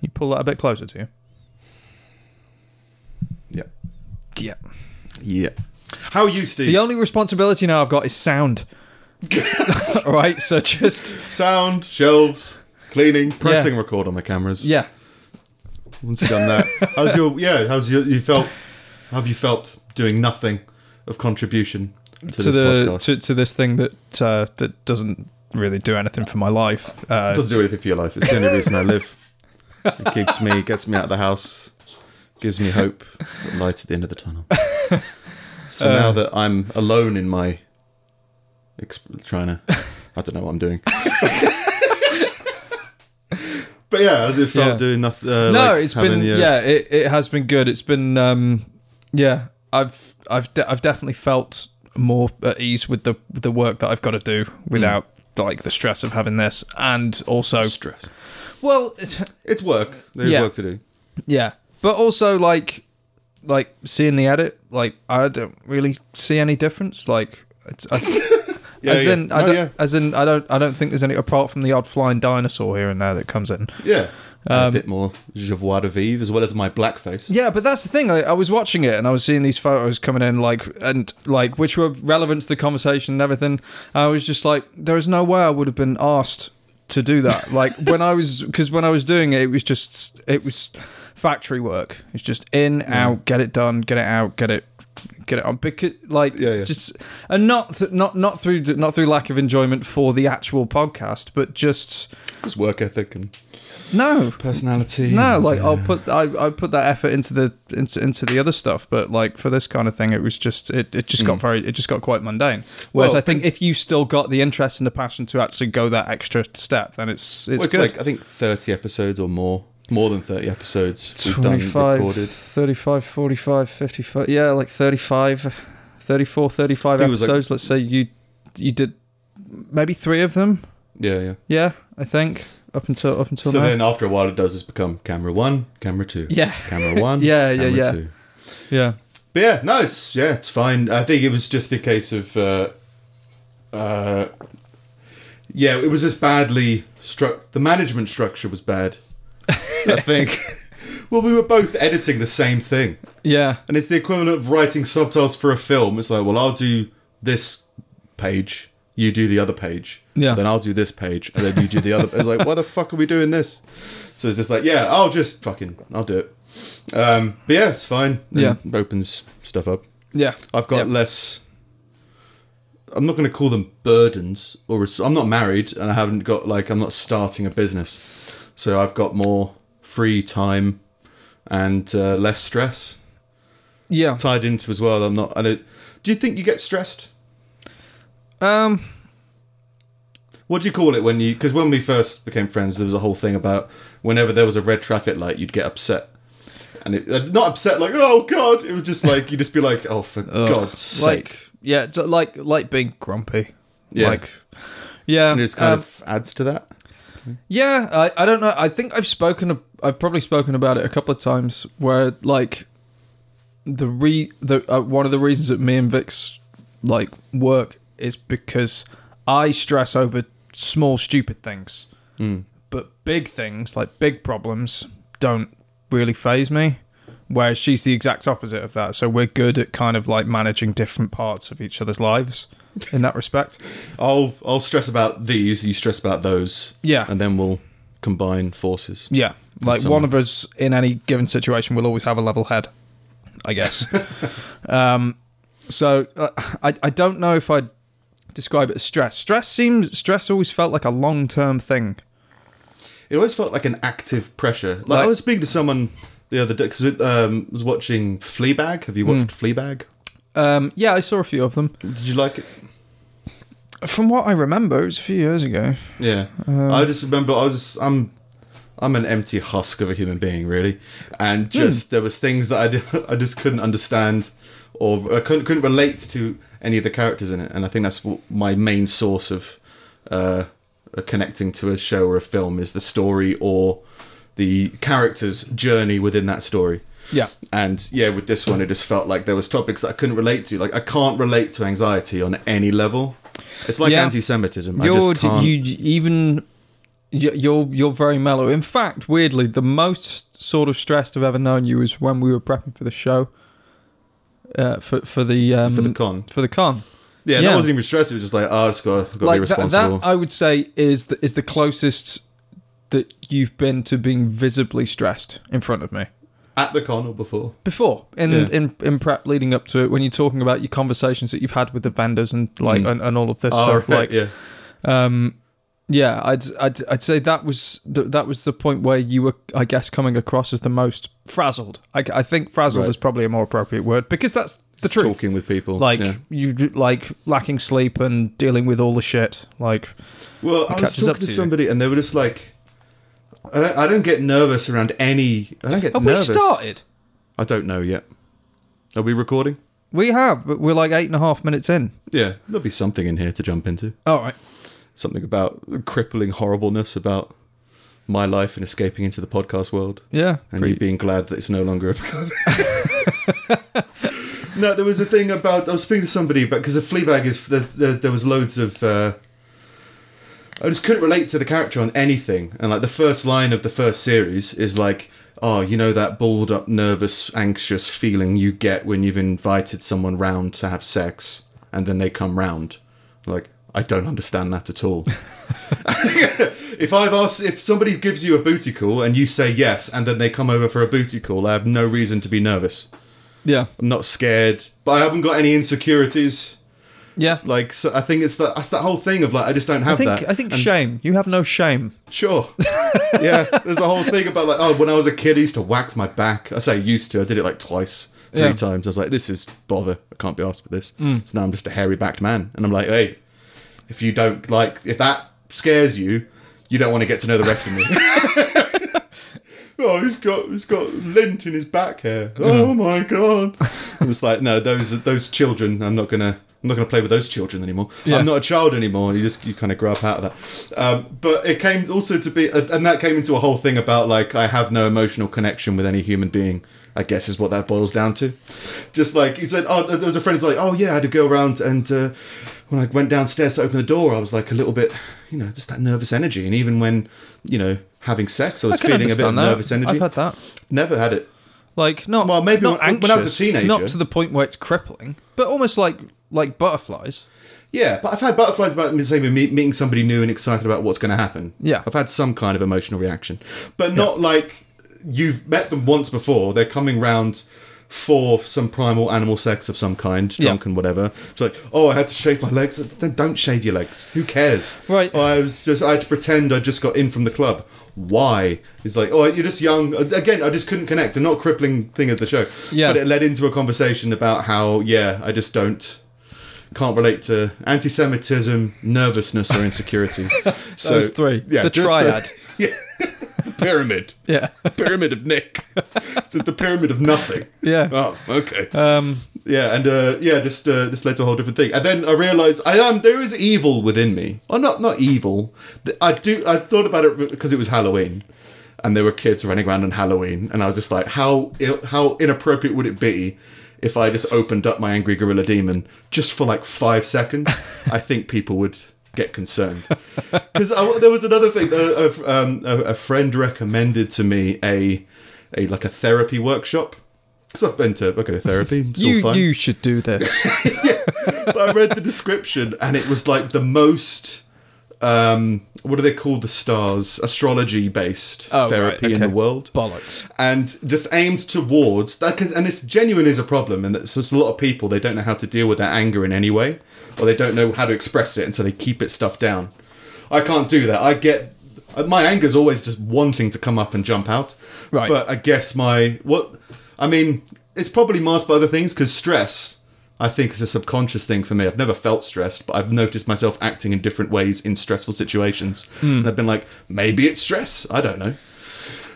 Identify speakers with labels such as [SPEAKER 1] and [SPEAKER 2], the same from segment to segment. [SPEAKER 1] you pull that a bit closer to you?
[SPEAKER 2] Yeah.
[SPEAKER 1] Yeah.
[SPEAKER 2] Yeah. How are you, Steve?
[SPEAKER 1] The only responsibility now I've got is sound. All right, so just
[SPEAKER 2] Sound, shelves, cleaning, pressing record on the cameras.
[SPEAKER 1] yeah.
[SPEAKER 2] Once you've done that, how's your yeah? How's your you felt? How have you felt doing nothing of contribution to,
[SPEAKER 1] to
[SPEAKER 2] this
[SPEAKER 1] the
[SPEAKER 2] podcast?
[SPEAKER 1] to, to this thing that uh, that doesn't really do anything for my life. Uh,
[SPEAKER 2] It doesn't do anything for your life. It's the only reason I live. It keeps me, gets me out of the house, gives me hope, but light at the end of the tunnel.
[SPEAKER 1] Uh,
[SPEAKER 2] So now that I'm alone in my exp- trying to, I don't know what I'm doing. but yeah, as it felt
[SPEAKER 1] Yeah.
[SPEAKER 2] doing nothing.
[SPEAKER 1] no,
[SPEAKER 2] Uh, like
[SPEAKER 1] it's
[SPEAKER 2] having
[SPEAKER 1] been
[SPEAKER 2] your-
[SPEAKER 1] yeah, it, it has been good. It's been um, yeah, I've I've de- I've definitely felt more at ease with the with the work that I've got to do
[SPEAKER 2] Hmm.
[SPEAKER 1] without like the stress of having this, and also
[SPEAKER 2] stress.
[SPEAKER 1] well, it's,
[SPEAKER 2] It's work. There's
[SPEAKER 1] Yeah.
[SPEAKER 2] work to do.
[SPEAKER 1] yeah, but also like like seeing the edit, like I don't really see any difference. Like it's, I,
[SPEAKER 2] Yeah,
[SPEAKER 1] as
[SPEAKER 2] yeah.
[SPEAKER 1] in, I
[SPEAKER 2] No,
[SPEAKER 1] don't,
[SPEAKER 2] yeah.
[SPEAKER 1] as in, I don't, I don't think there's any apart from the odd flying dinosaur here and there that comes in.
[SPEAKER 2] Yeah.
[SPEAKER 1] Um,
[SPEAKER 2] a bit more joie de vivre as well as my blackface.
[SPEAKER 1] Yeah, but that's the thing. I, I was watching it and I was seeing these photos coming in, like and like, which were relevant to the conversation and everything. I was just like, there is no way I would have been asked to do that. Like when I was, because when I was doing it, it was just, it was factory work. It's just in, out, get it done, get it out, get it, get it on. Because like,
[SPEAKER 2] Yeah, yeah.
[SPEAKER 1] just and not th- not not through not through lack of enjoyment for the actual podcast, but just
[SPEAKER 2] Just work ethic and
[SPEAKER 1] no,
[SPEAKER 2] personality.
[SPEAKER 1] no,
[SPEAKER 2] and,
[SPEAKER 1] like
[SPEAKER 2] uh,
[SPEAKER 1] I'll put I I put that effort into the into, into the other stuff, but like for this kind of thing, it was just it, it just got very it just got quite mundane. Whereas
[SPEAKER 2] Mm. Well,
[SPEAKER 1] I think if you still got the interest and the passion to actually go that extra step, then it's it's
[SPEAKER 2] Well, it's
[SPEAKER 1] good.
[SPEAKER 2] like I think thirty episodes or more, more than thirty episodes we've done
[SPEAKER 1] 25,
[SPEAKER 2] recorded.
[SPEAKER 1] 35, 45, 55, yeah, like 35, 34, 35
[SPEAKER 2] I think it was like-
[SPEAKER 1] episodes. Let's say you you did maybe three of them.
[SPEAKER 2] Yeah, yeah.
[SPEAKER 1] Yeah, I think up until up until
[SPEAKER 2] So
[SPEAKER 1] now.
[SPEAKER 2] then after a while, it does just become camera one, camera two,
[SPEAKER 1] Yeah.
[SPEAKER 2] camera one,
[SPEAKER 1] Yeah, yeah,
[SPEAKER 2] camera
[SPEAKER 1] yeah.
[SPEAKER 2] Two.
[SPEAKER 1] yeah,
[SPEAKER 2] But yeah, no, it's yeah, it's fine. I think it was just a case of, uh, uh, yeah, it was just badly struck. The management structure was bad. I think. well, we were both editing the same thing.
[SPEAKER 1] yeah,
[SPEAKER 2] And it's the equivalent of writing subtitles for a film. It's like, well, I'll do this page, you do the other page.
[SPEAKER 1] Yeah.
[SPEAKER 2] Then I'll do this page, and then you do the other. It's like, why the fuck are we doing this? So it's just like, yeah, I'll just fucking, I'll do it. Um, but yeah, it's fine. And
[SPEAKER 1] Yeah.
[SPEAKER 2] it opens stuff up.
[SPEAKER 1] yeah.
[SPEAKER 2] I've got
[SPEAKER 1] Yeah.
[SPEAKER 2] less. I'm not going to call them burdens, or res- I'm not married, and I haven't got like I'm not starting a business, so I've got more free time and uh, less stress
[SPEAKER 1] yeah.
[SPEAKER 2] tied into as well. I'm not. I don't, do you think you get stressed?
[SPEAKER 1] Um.
[SPEAKER 2] What do you call it when you? Because when we first became friends, there was a whole thing about whenever there was a red traffic light, you'd get upset. And it, uh, not upset like oh god, it was just like you'd just be like oh for God's sake,
[SPEAKER 1] like yeah d- like like being grumpy
[SPEAKER 2] yeah.
[SPEAKER 1] like yeah
[SPEAKER 2] and it just kind
[SPEAKER 1] um,
[SPEAKER 2] of adds to that.
[SPEAKER 1] yeah I, I don't know i think i've spoken ab- i've probably spoken about it a couple of times where like the re the uh, one of the reasons that me and vic's like work is because i stress over small stupid things but big things like big problems don't really phase me where she's the exact opposite of that so we're good at kind of like managing different parts of each other's lives in that respect
[SPEAKER 2] I'll I'll stress about these, you stress about those,
[SPEAKER 1] yeah
[SPEAKER 2] and then we'll combine forces.
[SPEAKER 1] yeah like
[SPEAKER 2] someone-
[SPEAKER 1] one of us in any given situation will always have a level head i guess um so uh, i i don't know if i'd describe it as stress stress seems stress always felt like a long-term thing
[SPEAKER 2] It always felt like an active pressure. Like, I
[SPEAKER 1] Like-
[SPEAKER 2] was speaking to someone the other day because um, was watching Fleabag. Have you watched
[SPEAKER 1] Hmm.
[SPEAKER 2] Fleabag?
[SPEAKER 1] um yeah i saw a few of them
[SPEAKER 2] Did you like it?
[SPEAKER 1] from what i remember it was a few years ago
[SPEAKER 2] Yeah,
[SPEAKER 1] Um,
[SPEAKER 2] I just remember I was I'm I'm an empty husk of a human being really,
[SPEAKER 1] Hmm.
[SPEAKER 2] and just there was things that I d- I just couldn't understand or I couldn't couldn't relate to any of the characters in it, and I think that's what my main source of uh, connecting to a show or a film is the story or the character's journey within that story.
[SPEAKER 1] yeah
[SPEAKER 2] And yeah, with this one, it just felt like there was topics that I couldn't relate to. Like I can't relate to anxiety on any level. It's like
[SPEAKER 1] Yeah.
[SPEAKER 2] anti-Semitism. I
[SPEAKER 1] You're
[SPEAKER 2] just can't.
[SPEAKER 1] you even y- you're you're very mellow. In fact, weirdly, the most sort of stressed I've ever known you was when we were prepping for the show. Uh, for for the um,
[SPEAKER 2] for the con.
[SPEAKER 1] for the con,
[SPEAKER 2] Yeah,
[SPEAKER 1] yeah.
[SPEAKER 2] that wasn't even stress. It was just like, oh, I just got to be
[SPEAKER 1] like that,
[SPEAKER 2] responsible.
[SPEAKER 1] that, I would say is the, is the closest that you've been to being visibly stressed in front of me.
[SPEAKER 2] At the con or before?
[SPEAKER 1] before in,
[SPEAKER 2] Yeah.
[SPEAKER 1] in in prep leading up to it when you're talking about your conversations that you've had with the vendors and like
[SPEAKER 2] Mm.
[SPEAKER 1] and, and all of this
[SPEAKER 2] Oh,
[SPEAKER 1] stuff
[SPEAKER 2] right,
[SPEAKER 1] like
[SPEAKER 2] yeah.
[SPEAKER 1] um yeah I'd, I'd i'd say that was the, that was the point where you were i guess coming across as the most frazzled i, I think frazzled
[SPEAKER 2] Right.
[SPEAKER 1] is probably a more appropriate word because that's the
[SPEAKER 2] Just
[SPEAKER 1] truth
[SPEAKER 2] Talking with people.
[SPEAKER 1] like
[SPEAKER 2] yeah.
[SPEAKER 1] you like lacking sleep and dealing with all the shit like
[SPEAKER 2] Well, I was
[SPEAKER 1] catches up
[SPEAKER 2] talking to,
[SPEAKER 1] to you.
[SPEAKER 2] somebody, and they were just like, I don't, I don't get nervous around any. I don't get
[SPEAKER 1] have
[SPEAKER 2] nervous.
[SPEAKER 1] we started
[SPEAKER 2] I don't know yet. Are we recording?
[SPEAKER 1] we have but we're like eight and a half minutes in
[SPEAKER 2] Yeah, there'll be something in here to jump into.
[SPEAKER 1] all right
[SPEAKER 2] Something about the crippling horribleness about my life and escaping into the podcast world.
[SPEAKER 1] yeah
[SPEAKER 2] and you being glad that it's no longer a no there was a thing about i was speaking to somebody about because the fleabag is the, the, there was loads of uh, i just couldn't relate to the character on anything and like the first line of the first series is like oh you know that balled up nervous anxious feeling you get when you've invited someone round to have sex and then they come round like i don't understand that at all if I've asked, if somebody gives you a booty call and you say yes, and then they come over for a booty call, I have no reason to be nervous.
[SPEAKER 1] yeah
[SPEAKER 2] I'm not scared, but I haven't got any insecurities.
[SPEAKER 1] yeah
[SPEAKER 2] Like, so I think it's that that's that whole thing of like I just don't have
[SPEAKER 1] I think
[SPEAKER 2] that.
[SPEAKER 1] I think shame. You have no shame.
[SPEAKER 2] Sure. yeah, there's a whole thing about like, oh, when I was a kid, I used to wax my back. I say used to. I did it like twice, three
[SPEAKER 1] Yeah. Mm.
[SPEAKER 2] times. I was like, this is bother. I can't be asked for this. So now I'm just a hairy backed man, and I'm like, hey, if you don't like, if that scares you, you don't want to get to know the rest of me. oh, he's got he's got lint in his back hair. Oh my god! I'm just like, no, those those children. I'm not gonna. I'm not going to play with those children anymore.
[SPEAKER 1] Yeah.
[SPEAKER 2] I'm not a child anymore. You just you kind of grow up out of that. Um, but it came also to be, uh, and that came into a whole thing about like I have no emotional connection with any human being. I guess is what that boils down to. Just like he said, oh, there was a friend who's like, oh yeah, I had to go around and uh, when I went downstairs to open the door, I was like a little bit, you know, just that nervous energy. And even when you know having sex, I was feeling a bit
[SPEAKER 1] that.
[SPEAKER 2] of nervous energy.
[SPEAKER 1] I've had that.
[SPEAKER 2] Never had it.
[SPEAKER 1] Like not
[SPEAKER 2] Well, maybe
[SPEAKER 1] not
[SPEAKER 2] when-
[SPEAKER 1] anxious,
[SPEAKER 2] when I was a teenager.
[SPEAKER 1] not to the point where it's crippling, but almost like like butterflies.
[SPEAKER 2] Yeah, but I've had butterflies about the same with me- meeting somebody new and excited about what's going to happen.
[SPEAKER 1] Yeah.
[SPEAKER 2] I've had some kind of emotional reaction, but not like you've met them once before. They're coming round for some primal animal sex of some kind,
[SPEAKER 1] Yeah.
[SPEAKER 2] drunk and whatever. It's like, oh, I had to shave my legs. Then don't shave your legs. Who cares?
[SPEAKER 1] Right.
[SPEAKER 2] Oh, I was just, I had to pretend I just got in from the club. Why? It's like, oh, you're just young. Again, I just couldn't connect. And not a crippling thing of the show.
[SPEAKER 1] Yeah.
[SPEAKER 2] But it led into a conversation about how, yeah, I just don't can't relate to anti-Semitism, nervousness, or insecurity. so
[SPEAKER 1] Those three. The
[SPEAKER 2] just
[SPEAKER 1] triad.
[SPEAKER 2] yeah, the pyramid,
[SPEAKER 1] Yeah,
[SPEAKER 2] pyramid of Nick. It's just the pyramid of nothing.
[SPEAKER 1] yeah.
[SPEAKER 2] Oh, okay.
[SPEAKER 1] Um,
[SPEAKER 2] Yeah, and uh, yeah, just uh, this led to a whole different thing. And then I realized I am there is evil within me. Or not not evil. Th- I do. I thought about it because it was Halloween, and there were kids running around on Halloween, and I was just like, how ill- how inappropriate would it be if I just opened up my angry gorilla demon just for like five seconds? I think people would get concerned because there was another thing that a, um, a, a friend recommended to me a a like a therapy workshop. Because I've been to I go to therapy. It's all
[SPEAKER 1] you
[SPEAKER 2] fine
[SPEAKER 1] you should do this.
[SPEAKER 2] but I read the description and it was like the most um what are they called the stars astrology based
[SPEAKER 1] Oh, right,
[SPEAKER 2] therapy in the
[SPEAKER 1] okay.
[SPEAKER 2] world
[SPEAKER 1] Bollocks.
[SPEAKER 2] and just aimed towards that cause, and it's genuine is a problem and it's just a lot of people they don't know how to deal with their anger in any way or they don't know how to express it and so they keep it stuffed down i can't do that i get my anger's always just wanting to come up and jump out
[SPEAKER 1] Right.
[SPEAKER 2] but i guess my what i mean it's probably masked by other things because stress i think is a subconscious thing for me i've never felt stressed but i've noticed myself acting in different ways in stressful situations and i've been like maybe it's stress i don't know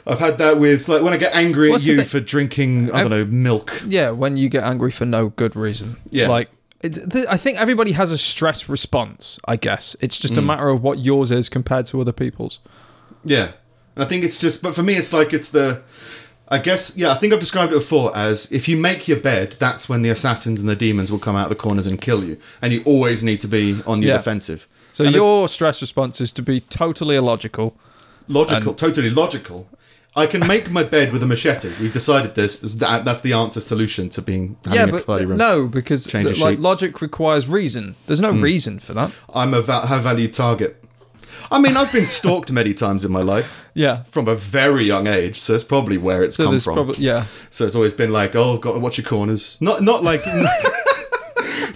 [SPEAKER 2] I've had that with like when I get angry
[SPEAKER 1] What's
[SPEAKER 2] at
[SPEAKER 1] the
[SPEAKER 2] you
[SPEAKER 1] thing-
[SPEAKER 2] for drinking I don't know milk.
[SPEAKER 1] Yeah, when you get angry for no good reason.
[SPEAKER 2] Yeah.
[SPEAKER 1] like. it- th- I think everybody has a stress response. I guess it's just
[SPEAKER 2] Mm.
[SPEAKER 1] a matter of what yours is compared to other people's.
[SPEAKER 2] Yeah, and I think it's just. But for me, it's like it's the. I guess yeah. I think I've described it before as if you make your bed, that's when the assassins and the demons will come out of the corners and kill you, and you always need to be on your
[SPEAKER 1] Yeah.
[SPEAKER 2] defensive.
[SPEAKER 1] So
[SPEAKER 2] And the-
[SPEAKER 1] your stress response is to be totally illogical.
[SPEAKER 2] Logical, totally logical. I can make my bed with a machete. We've decided this. this that, that's the answer solution to being having a tidy room.
[SPEAKER 1] uh, no, because
[SPEAKER 2] Change
[SPEAKER 1] th-
[SPEAKER 2] the
[SPEAKER 1] like
[SPEAKER 2] sheets. Hmm.
[SPEAKER 1] logic requires reason. There's no reason for that.
[SPEAKER 2] I'm a va- high value target. I mean, I've been stalked many times in my life
[SPEAKER 1] Yeah.
[SPEAKER 2] from a very young age, so that's probably where it's
[SPEAKER 1] So
[SPEAKER 2] come
[SPEAKER 1] there's
[SPEAKER 2] from.
[SPEAKER 1] probably yeah.
[SPEAKER 2] so it's always been like, oh, got to watch your corners. Not, not like.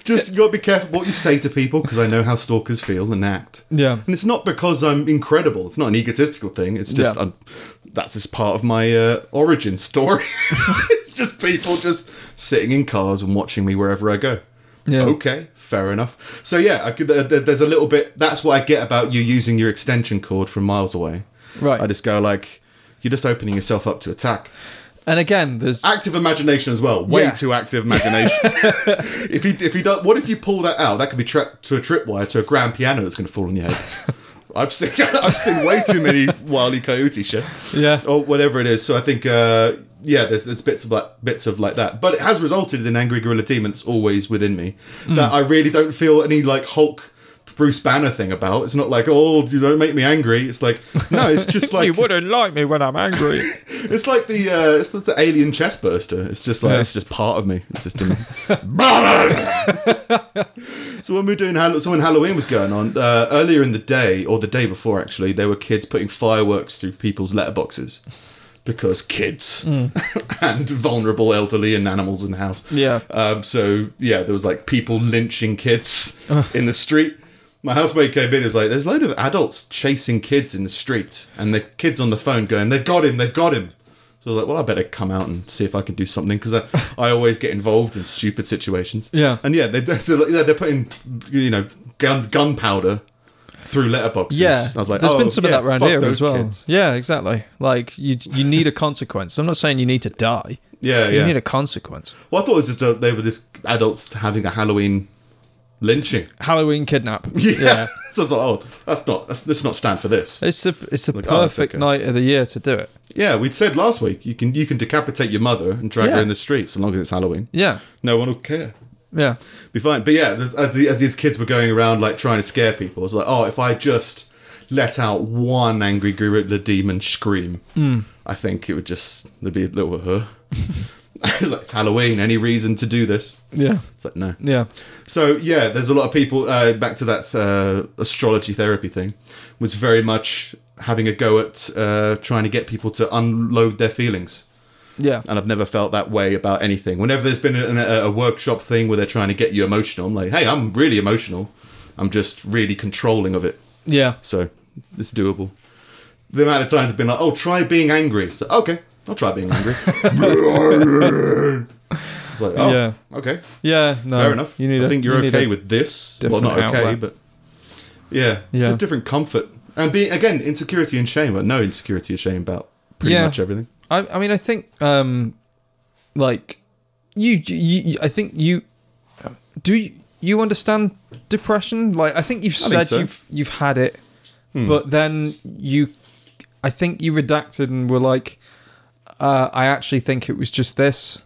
[SPEAKER 2] Just got to be careful what you say to people because I know how stalkers feel and act.
[SPEAKER 1] Yeah.
[SPEAKER 2] and it's not because I'm incredible. It's not an egotistical thing. It's just
[SPEAKER 1] Yeah.
[SPEAKER 2] I'm, that's just part of my uh, origin story. it's just people just sitting in cars and watching me wherever I go.
[SPEAKER 1] Yeah.
[SPEAKER 2] Okay, fair enough. So yeah, I could, there- there- there's a little bit. That's what I get about you using your extension cord from miles away.
[SPEAKER 1] Right.
[SPEAKER 2] I just go like, you're just opening yourself up to attack.
[SPEAKER 1] And again, there's
[SPEAKER 2] Active imagination as well. Way
[SPEAKER 1] Yeah.
[SPEAKER 2] too active imagination. if you if you don't, what if you pull that out? That could be trapped to a tripwire to a grand piano that's going to fall on your head. I've seen I've seen way too many wily coyote shit.
[SPEAKER 1] Yeah.
[SPEAKER 2] or whatever it is. So I think uh, yeah, there's, there's bits of like bits of like that, but it has resulted in angry gorilla demon that's always within me that I really don't feel any like Hulk. Bruce Banner thing about it's not like oh you don't make me angry it's like no it's just like
[SPEAKER 1] wouldn't like me when I'm angry.
[SPEAKER 2] it's like the uh, it's like the alien chest burster. It's just like it's just part of me. It's just in me. so when we were doing Hall- so when Halloween was going on uh, earlier in the day or the day before actually, there were kids putting fireworks through people's letterboxes because kids and vulnerable elderly and animals in the house.
[SPEAKER 1] Yeah.
[SPEAKER 2] Um, so yeah, there was like people lynching kids in the street. My housemate came in. and was like, "There's a load of adults chasing kids in the street, and the kids on the phone going, they've got him, they've got him.'" So I was like, "Well, I better come out and see if I can do something because I, I always get involved in stupid situations."
[SPEAKER 1] Yeah.
[SPEAKER 2] and yeah, they, they're, yeah, they're putting you know gun gunpowder through letterboxes.
[SPEAKER 1] Yeah,
[SPEAKER 2] I was like,
[SPEAKER 1] there's
[SPEAKER 2] "There's
[SPEAKER 1] been some of that around
[SPEAKER 2] fuck
[SPEAKER 1] here
[SPEAKER 2] those
[SPEAKER 1] as well.
[SPEAKER 2] Kids.
[SPEAKER 1] Yeah, exactly. Like you, you need a consequence. I'm not saying you need to die.
[SPEAKER 2] Yeah,
[SPEAKER 1] You
[SPEAKER 2] yeah.
[SPEAKER 1] need a consequence.
[SPEAKER 2] well, I thought it was just a, they were just adults having a Halloween lynching.
[SPEAKER 1] Halloween kidnap.
[SPEAKER 2] Yeah. so I was like, oh, that's not that's, let's not stand for this.
[SPEAKER 1] It's a it's a
[SPEAKER 2] oh, it's
[SPEAKER 1] perfect
[SPEAKER 2] okay.
[SPEAKER 1] night of the year to do it.
[SPEAKER 2] Yeah, we'd said last week you can you can decapitate your mother and drag
[SPEAKER 1] Yeah.
[SPEAKER 2] her in the streets as long as it's Halloween.
[SPEAKER 1] Yeah,
[SPEAKER 2] No one will care.
[SPEAKER 1] yeah,
[SPEAKER 2] Be fine. But yeah, th- as, the, as these kids were going around like trying to scare people, it's like, oh, if I just let out one angry gorilla demon scream,
[SPEAKER 1] Hmm.
[SPEAKER 2] I think it would just there'd be a little huh. it's like it's Halloween. Any reason to do this?
[SPEAKER 1] yeah,
[SPEAKER 2] It's like no.
[SPEAKER 1] yeah.
[SPEAKER 2] So yeah, there's a lot of people. Uh, back to that uh, astrology therapy thing, was very much having a go at uh, trying to get people to unload their feelings.
[SPEAKER 1] Yeah,
[SPEAKER 2] And I've never felt that way about anything. Whenever there's been an, a, a workshop thing where they're trying to get you emotional, I'm like, hey, I'm really emotional. I'm just really controlling of it.
[SPEAKER 1] yeah,
[SPEAKER 2] So it's doable. The amount of times I've been like, oh, try being angry. So okay, I'll try being angry. it's like, oh,
[SPEAKER 1] Yeah.
[SPEAKER 2] okay.
[SPEAKER 1] yeah. No,
[SPEAKER 2] Fair enough.
[SPEAKER 1] Um, You need.
[SPEAKER 2] I
[SPEAKER 1] a-
[SPEAKER 2] think you're
[SPEAKER 1] you need
[SPEAKER 2] okay
[SPEAKER 1] a-
[SPEAKER 2] with this. Well,
[SPEAKER 1] different
[SPEAKER 2] not okay,
[SPEAKER 1] outlet.
[SPEAKER 2] but yeah,
[SPEAKER 1] Yeah.
[SPEAKER 2] just different comfort and being again insecurity and shame. I know insecurity and shame about pretty
[SPEAKER 1] Yeah.
[SPEAKER 2] much everything.
[SPEAKER 1] I, I mean, I think, um, like, you, you, you- I think you, do you, you understand depression? Like, I think you've
[SPEAKER 2] I think
[SPEAKER 1] said
[SPEAKER 2] so. Hmm.
[SPEAKER 1] you've you've had it, but then you, I think you redacted and were like, uh, I actually think it was just this.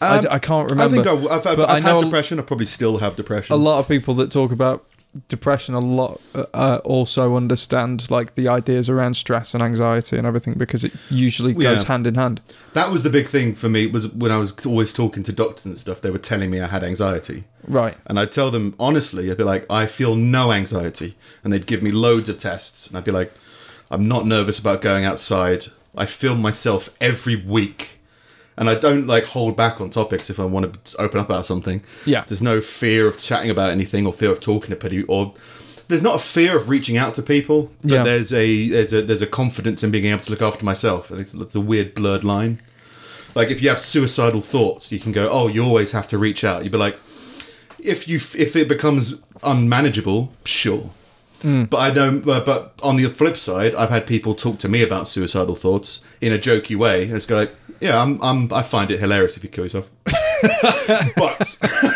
[SPEAKER 1] I
[SPEAKER 2] Um,
[SPEAKER 1] d- I, can't remember.
[SPEAKER 2] I think I, have I've,
[SPEAKER 1] but
[SPEAKER 2] I've
[SPEAKER 1] I know
[SPEAKER 2] had depression. I probably still have depression.
[SPEAKER 1] a lot of people that talk about depression a lot uh, uh, also understand like the ideas around stress and anxiety and everything because it usually
[SPEAKER 2] Yeah.
[SPEAKER 1] goes hand in hand.
[SPEAKER 2] That was the big thing for me was when I was always talking to doctors and stuff. They were telling me I had anxiety.
[SPEAKER 1] Right.
[SPEAKER 2] And I'd tell them honestly, I'd be like, I feel no anxiety. And they'd give me loads of tests. And I'd be like, I'm not nervous about going outside. I film myself every week. And I don't like hold back on topics if I want to open up about something.
[SPEAKER 1] Yeah.
[SPEAKER 2] There's no fear of chatting about anything or fear of talking to people or there's not a fear of reaching out to people, but
[SPEAKER 1] Yeah.
[SPEAKER 2] there's a there's a there's a confidence in being able to look after myself. I think it's a weird blurred line. Like if you have suicidal thoughts, you can go, "Oh, you always have to reach out." You'd be like, if you if it becomes unmanageable, sure. But I don't. But, but on the flip side, I've had people talk to me about suicidal thoughts in a jokey way. And it's go like, yeah, I'm, I'm. I find it hilarious if you kill yourself. but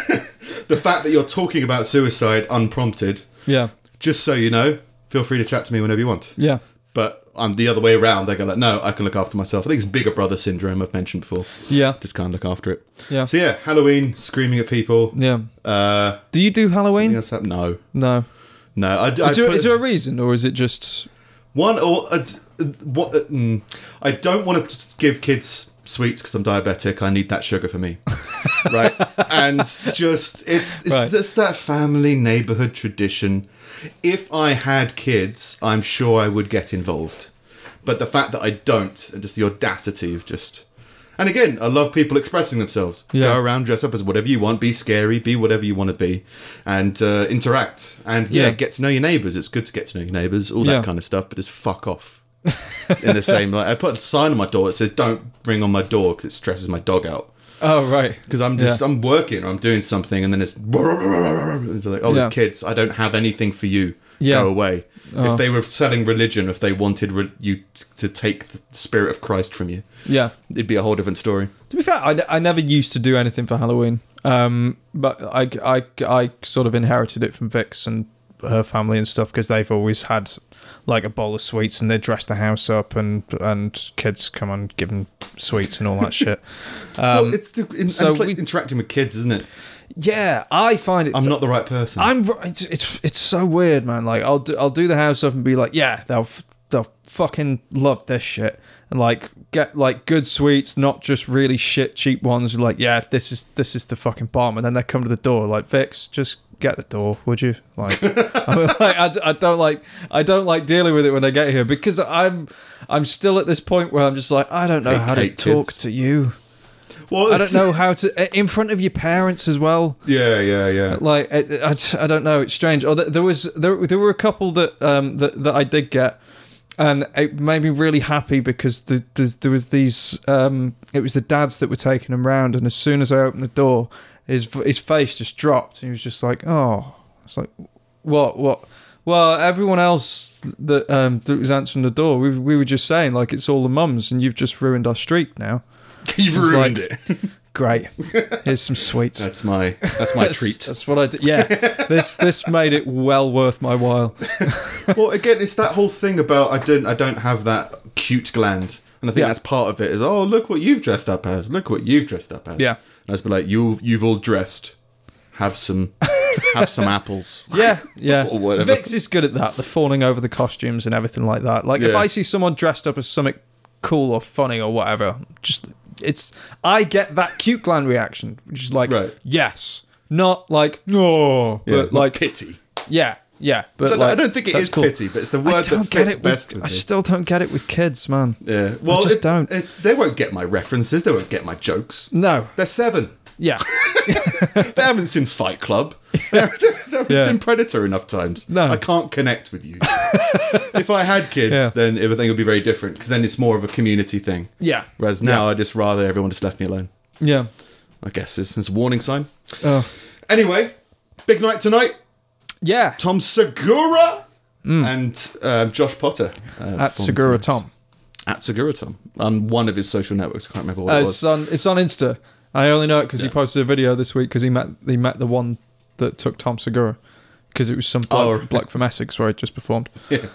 [SPEAKER 2] the fact that you're talking about suicide unprompted,
[SPEAKER 1] Yeah.
[SPEAKER 2] just so you know, feel free to chat to me whenever you want.
[SPEAKER 1] Yeah.
[SPEAKER 2] But I'm the other way around. They go like, no, I can look after myself. I think it's bigger brother syndrome I've mentioned before.
[SPEAKER 1] Yeah.
[SPEAKER 2] Just can't look after it.
[SPEAKER 1] Yeah.
[SPEAKER 2] So yeah, Halloween, screaming at people.
[SPEAKER 1] Yeah.
[SPEAKER 2] Uh,
[SPEAKER 1] Do you do Halloween?
[SPEAKER 2] Yes, that- no.
[SPEAKER 1] No.
[SPEAKER 2] No, I, I
[SPEAKER 1] Is there,
[SPEAKER 2] put-
[SPEAKER 1] is there a reason, or is it just
[SPEAKER 2] One or uh, d- uh, what? uh, mm, I don't want to give kids sweets because I'm diabetic. I need that sugar for me, right? And just it's it's
[SPEAKER 1] Right.
[SPEAKER 2] just that family neighborhood tradition. If I had kids, I'm sure I would get involved, but the fact that I don't, and just the audacity of just. And again, I love people expressing themselves.
[SPEAKER 1] Yeah.
[SPEAKER 2] Go around, dress up as whatever you want, be scary, be whatever you want to be, and uh, interact. And yeah,
[SPEAKER 1] Yeah.
[SPEAKER 2] get to know your neighbours. It's good to get to know your neighbours, all that
[SPEAKER 1] Yeah.
[SPEAKER 2] kind of stuff, but just fuck off. In the same, like I put a sign on my door that says "Don't ring on my door" because it stresses my dog out.
[SPEAKER 1] oh right?
[SPEAKER 2] Because I'm just
[SPEAKER 1] Yeah.
[SPEAKER 2] I'm working or I'm doing something, and then it's, and it's like, oh,
[SPEAKER 1] Yeah.
[SPEAKER 2] there's kids. I don't have anything for you.
[SPEAKER 1] Yeah.
[SPEAKER 2] Go away.
[SPEAKER 1] Oh.
[SPEAKER 2] If they were selling religion, if they wanted re- you t- to take the spirit of Christ from you,
[SPEAKER 1] yeah.
[SPEAKER 2] it'd be a whole different story.
[SPEAKER 1] To be fair, I, I never used to do anything for Halloween, um, but I, I, I sort of inherited it from Vix and her family and stuff because they've always had like a bowl of sweets and they dress the house up and and kids come and give them sweets and all that shit. Um,
[SPEAKER 2] well, it's, the- in- and
[SPEAKER 1] so
[SPEAKER 2] it's like
[SPEAKER 1] we-
[SPEAKER 2] interacting with kids, isn't it?
[SPEAKER 1] yeah, I find it.
[SPEAKER 2] I'm not the right person.
[SPEAKER 1] I'm it's, it's it's so weird, man. Like I'll do I'll do the house up and be like, yeah, they'll f- they'll fucking love this shit, and like get like good sweets, not just really shit cheap ones. Like yeah, this is this is the fucking bomb, and then they come to the door like Vix, just get the door, would you? Like, I'm like I, d- I don't like I don't like dealing with it when I get here because I'm I'm still at this point where I'm just like I don't know
[SPEAKER 2] Hey,
[SPEAKER 1] how to
[SPEAKER 2] Kate,
[SPEAKER 1] talk
[SPEAKER 2] kids.
[SPEAKER 1] to you.
[SPEAKER 2] well,
[SPEAKER 1] I don't know how to in front of your parents as well
[SPEAKER 2] Yeah, yeah, yeah.
[SPEAKER 1] like I, I, I don't know it's strange or th- there was there, there were a couple that um that, that i did get and it made me really happy because the, the, there was these um it was the dads that were taking him round and as soon as i opened the door his his face just dropped and he was just like oh it's like what what well everyone else that um that was answering the door we, we were just saying like it's all the mums and you've just ruined our streak now
[SPEAKER 2] You've
[SPEAKER 1] was
[SPEAKER 2] ruined
[SPEAKER 1] like-
[SPEAKER 2] it.
[SPEAKER 1] great here's some sweets
[SPEAKER 2] That's my that's my
[SPEAKER 1] That's-
[SPEAKER 2] treat.
[SPEAKER 1] That's what I did. Yeah, this this made it well worth my while.
[SPEAKER 2] well, again, it's that whole thing about I don't I don't have that cute gland, and I think
[SPEAKER 1] Yeah.
[SPEAKER 2] that's part of it. Is oh look what you've dressed up as, look what you've dressed up as.
[SPEAKER 1] Yeah.
[SPEAKER 2] and I just be like you you've all dressed. Have some have some apples.
[SPEAKER 1] Yeah, yeah.
[SPEAKER 2] Or whatever.
[SPEAKER 1] Vix is good at that. The fawning over the costumes and everything like that. Like if
[SPEAKER 2] Yeah.
[SPEAKER 1] I see someone dressed up as something cool or funny or whatever, just it's I get that cute gland reaction, which is like
[SPEAKER 2] Right.
[SPEAKER 1] yes, not like no,
[SPEAKER 2] Yeah,
[SPEAKER 1] but
[SPEAKER 2] not
[SPEAKER 1] like
[SPEAKER 2] pity.
[SPEAKER 1] yeah, yeah. But
[SPEAKER 2] So
[SPEAKER 1] like,
[SPEAKER 2] I don't think it
[SPEAKER 1] that's
[SPEAKER 2] is
[SPEAKER 1] cool.
[SPEAKER 2] pity, but it's the
[SPEAKER 1] I
[SPEAKER 2] word
[SPEAKER 1] don't
[SPEAKER 2] that
[SPEAKER 1] get
[SPEAKER 2] fits
[SPEAKER 1] it.
[SPEAKER 2] best.
[SPEAKER 1] With,
[SPEAKER 2] With
[SPEAKER 1] I
[SPEAKER 2] me.
[SPEAKER 1] still don't get it with kids, man.
[SPEAKER 2] yeah, well,
[SPEAKER 1] just
[SPEAKER 2] it-
[SPEAKER 1] don't.
[SPEAKER 2] it- they won't get my references. They won't get my jokes.
[SPEAKER 1] No.
[SPEAKER 2] They're seven.
[SPEAKER 1] Yeah.
[SPEAKER 2] They haven't seen Fight Club. they haven't
[SPEAKER 1] Yeah.
[SPEAKER 2] seen Predator enough times.
[SPEAKER 1] No.
[SPEAKER 2] I can't connect with you. if I had kids,
[SPEAKER 1] Yeah.
[SPEAKER 2] then everything would be very different because then it's more of a community thing.
[SPEAKER 1] Yeah.
[SPEAKER 2] Whereas now, I just rather everyone just left me alone.
[SPEAKER 1] Yeah.
[SPEAKER 2] I guess it's, it's a warning sign.
[SPEAKER 1] Oh.
[SPEAKER 2] Anyway, big night tonight.
[SPEAKER 1] Yeah.
[SPEAKER 2] Tom Segura and uh, Josh Potter uh,
[SPEAKER 1] Mm. At
[SPEAKER 2] performing
[SPEAKER 1] Segura
[SPEAKER 2] tonight.
[SPEAKER 1] Tom.
[SPEAKER 2] At Segura Tom on one of his social networks. I can't remember what
[SPEAKER 1] Uh,
[SPEAKER 2] it
[SPEAKER 1] it's
[SPEAKER 2] was.
[SPEAKER 1] on it's on Insta. I only know it because he posted a video this week because he met he met the one that took Tom Segura because it was some bloke,
[SPEAKER 2] Oh, right.
[SPEAKER 1] bloke from Essex where I just performed.
[SPEAKER 2] Yeah.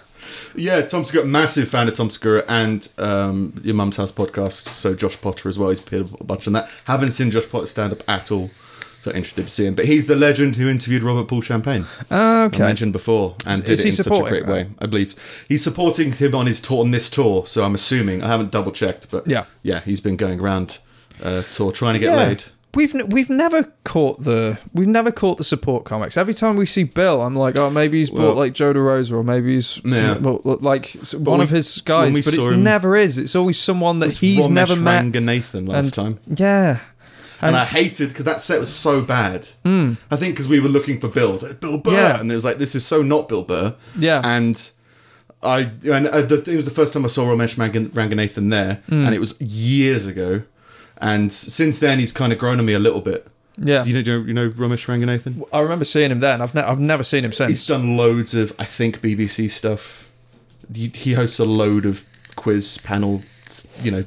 [SPEAKER 2] Yeah, Tom Segura, massive fan of Tom Segura and um, your mum's house podcast. So Josh Potter as well. He's appeared a bunch on that. Haven't seen Josh Potter stand up at all, so interested to see him. But he's the legend who interviewed Robert Paul Champagne. I
[SPEAKER 1] Oh, Okay,
[SPEAKER 2] mentioned before, and
[SPEAKER 1] Is
[SPEAKER 2] did
[SPEAKER 1] he
[SPEAKER 2] it in such a
[SPEAKER 1] supporting
[SPEAKER 2] great
[SPEAKER 1] that?
[SPEAKER 2] way. I believe he's supporting him on his tour on this tour. So I'm assuming I haven't double checked, but
[SPEAKER 1] Yeah.
[SPEAKER 2] yeah, he's been going around uh, tour trying to get laid.
[SPEAKER 1] We've n- we've never caught the we've never caught the support comics. Every time we see Bill, I'm like, oh, maybe he's bought
[SPEAKER 2] Well-
[SPEAKER 1] like Joe DeRosa or maybe he's
[SPEAKER 2] Yeah.
[SPEAKER 1] well, like s- one
[SPEAKER 2] we-
[SPEAKER 1] of his
[SPEAKER 2] when we
[SPEAKER 1] guys. But it's
[SPEAKER 2] saw him-
[SPEAKER 1] never is. It's always someone that he's
[SPEAKER 2] Ramesh
[SPEAKER 1] never met.
[SPEAKER 2] Ranganathan last
[SPEAKER 1] and-
[SPEAKER 2] time.
[SPEAKER 1] Yeah,
[SPEAKER 2] and I
[SPEAKER 1] s- Hmm.
[SPEAKER 2] hated because that set was so bad. I think because we were looking for Bill, like, Bill Burr,
[SPEAKER 1] Yeah.
[SPEAKER 2] and it was like this is so not Bill Burr.
[SPEAKER 1] Yeah.
[SPEAKER 2] and I and uh, the, it was the first time I saw Ramesh Mangan- Ranganathan there,
[SPEAKER 1] Hmm.
[SPEAKER 2] and it was years ago. And s- since then, he's kind of grown on me a little bit.
[SPEAKER 1] Yeah,
[SPEAKER 2] Do you know? Do you know Ramesh Ranganathan?
[SPEAKER 1] I remember seeing him then. I've ne- I've never seen him since.
[SPEAKER 2] He's done loads of I think BBC stuff. He, he hosts a load of quiz panel, you know,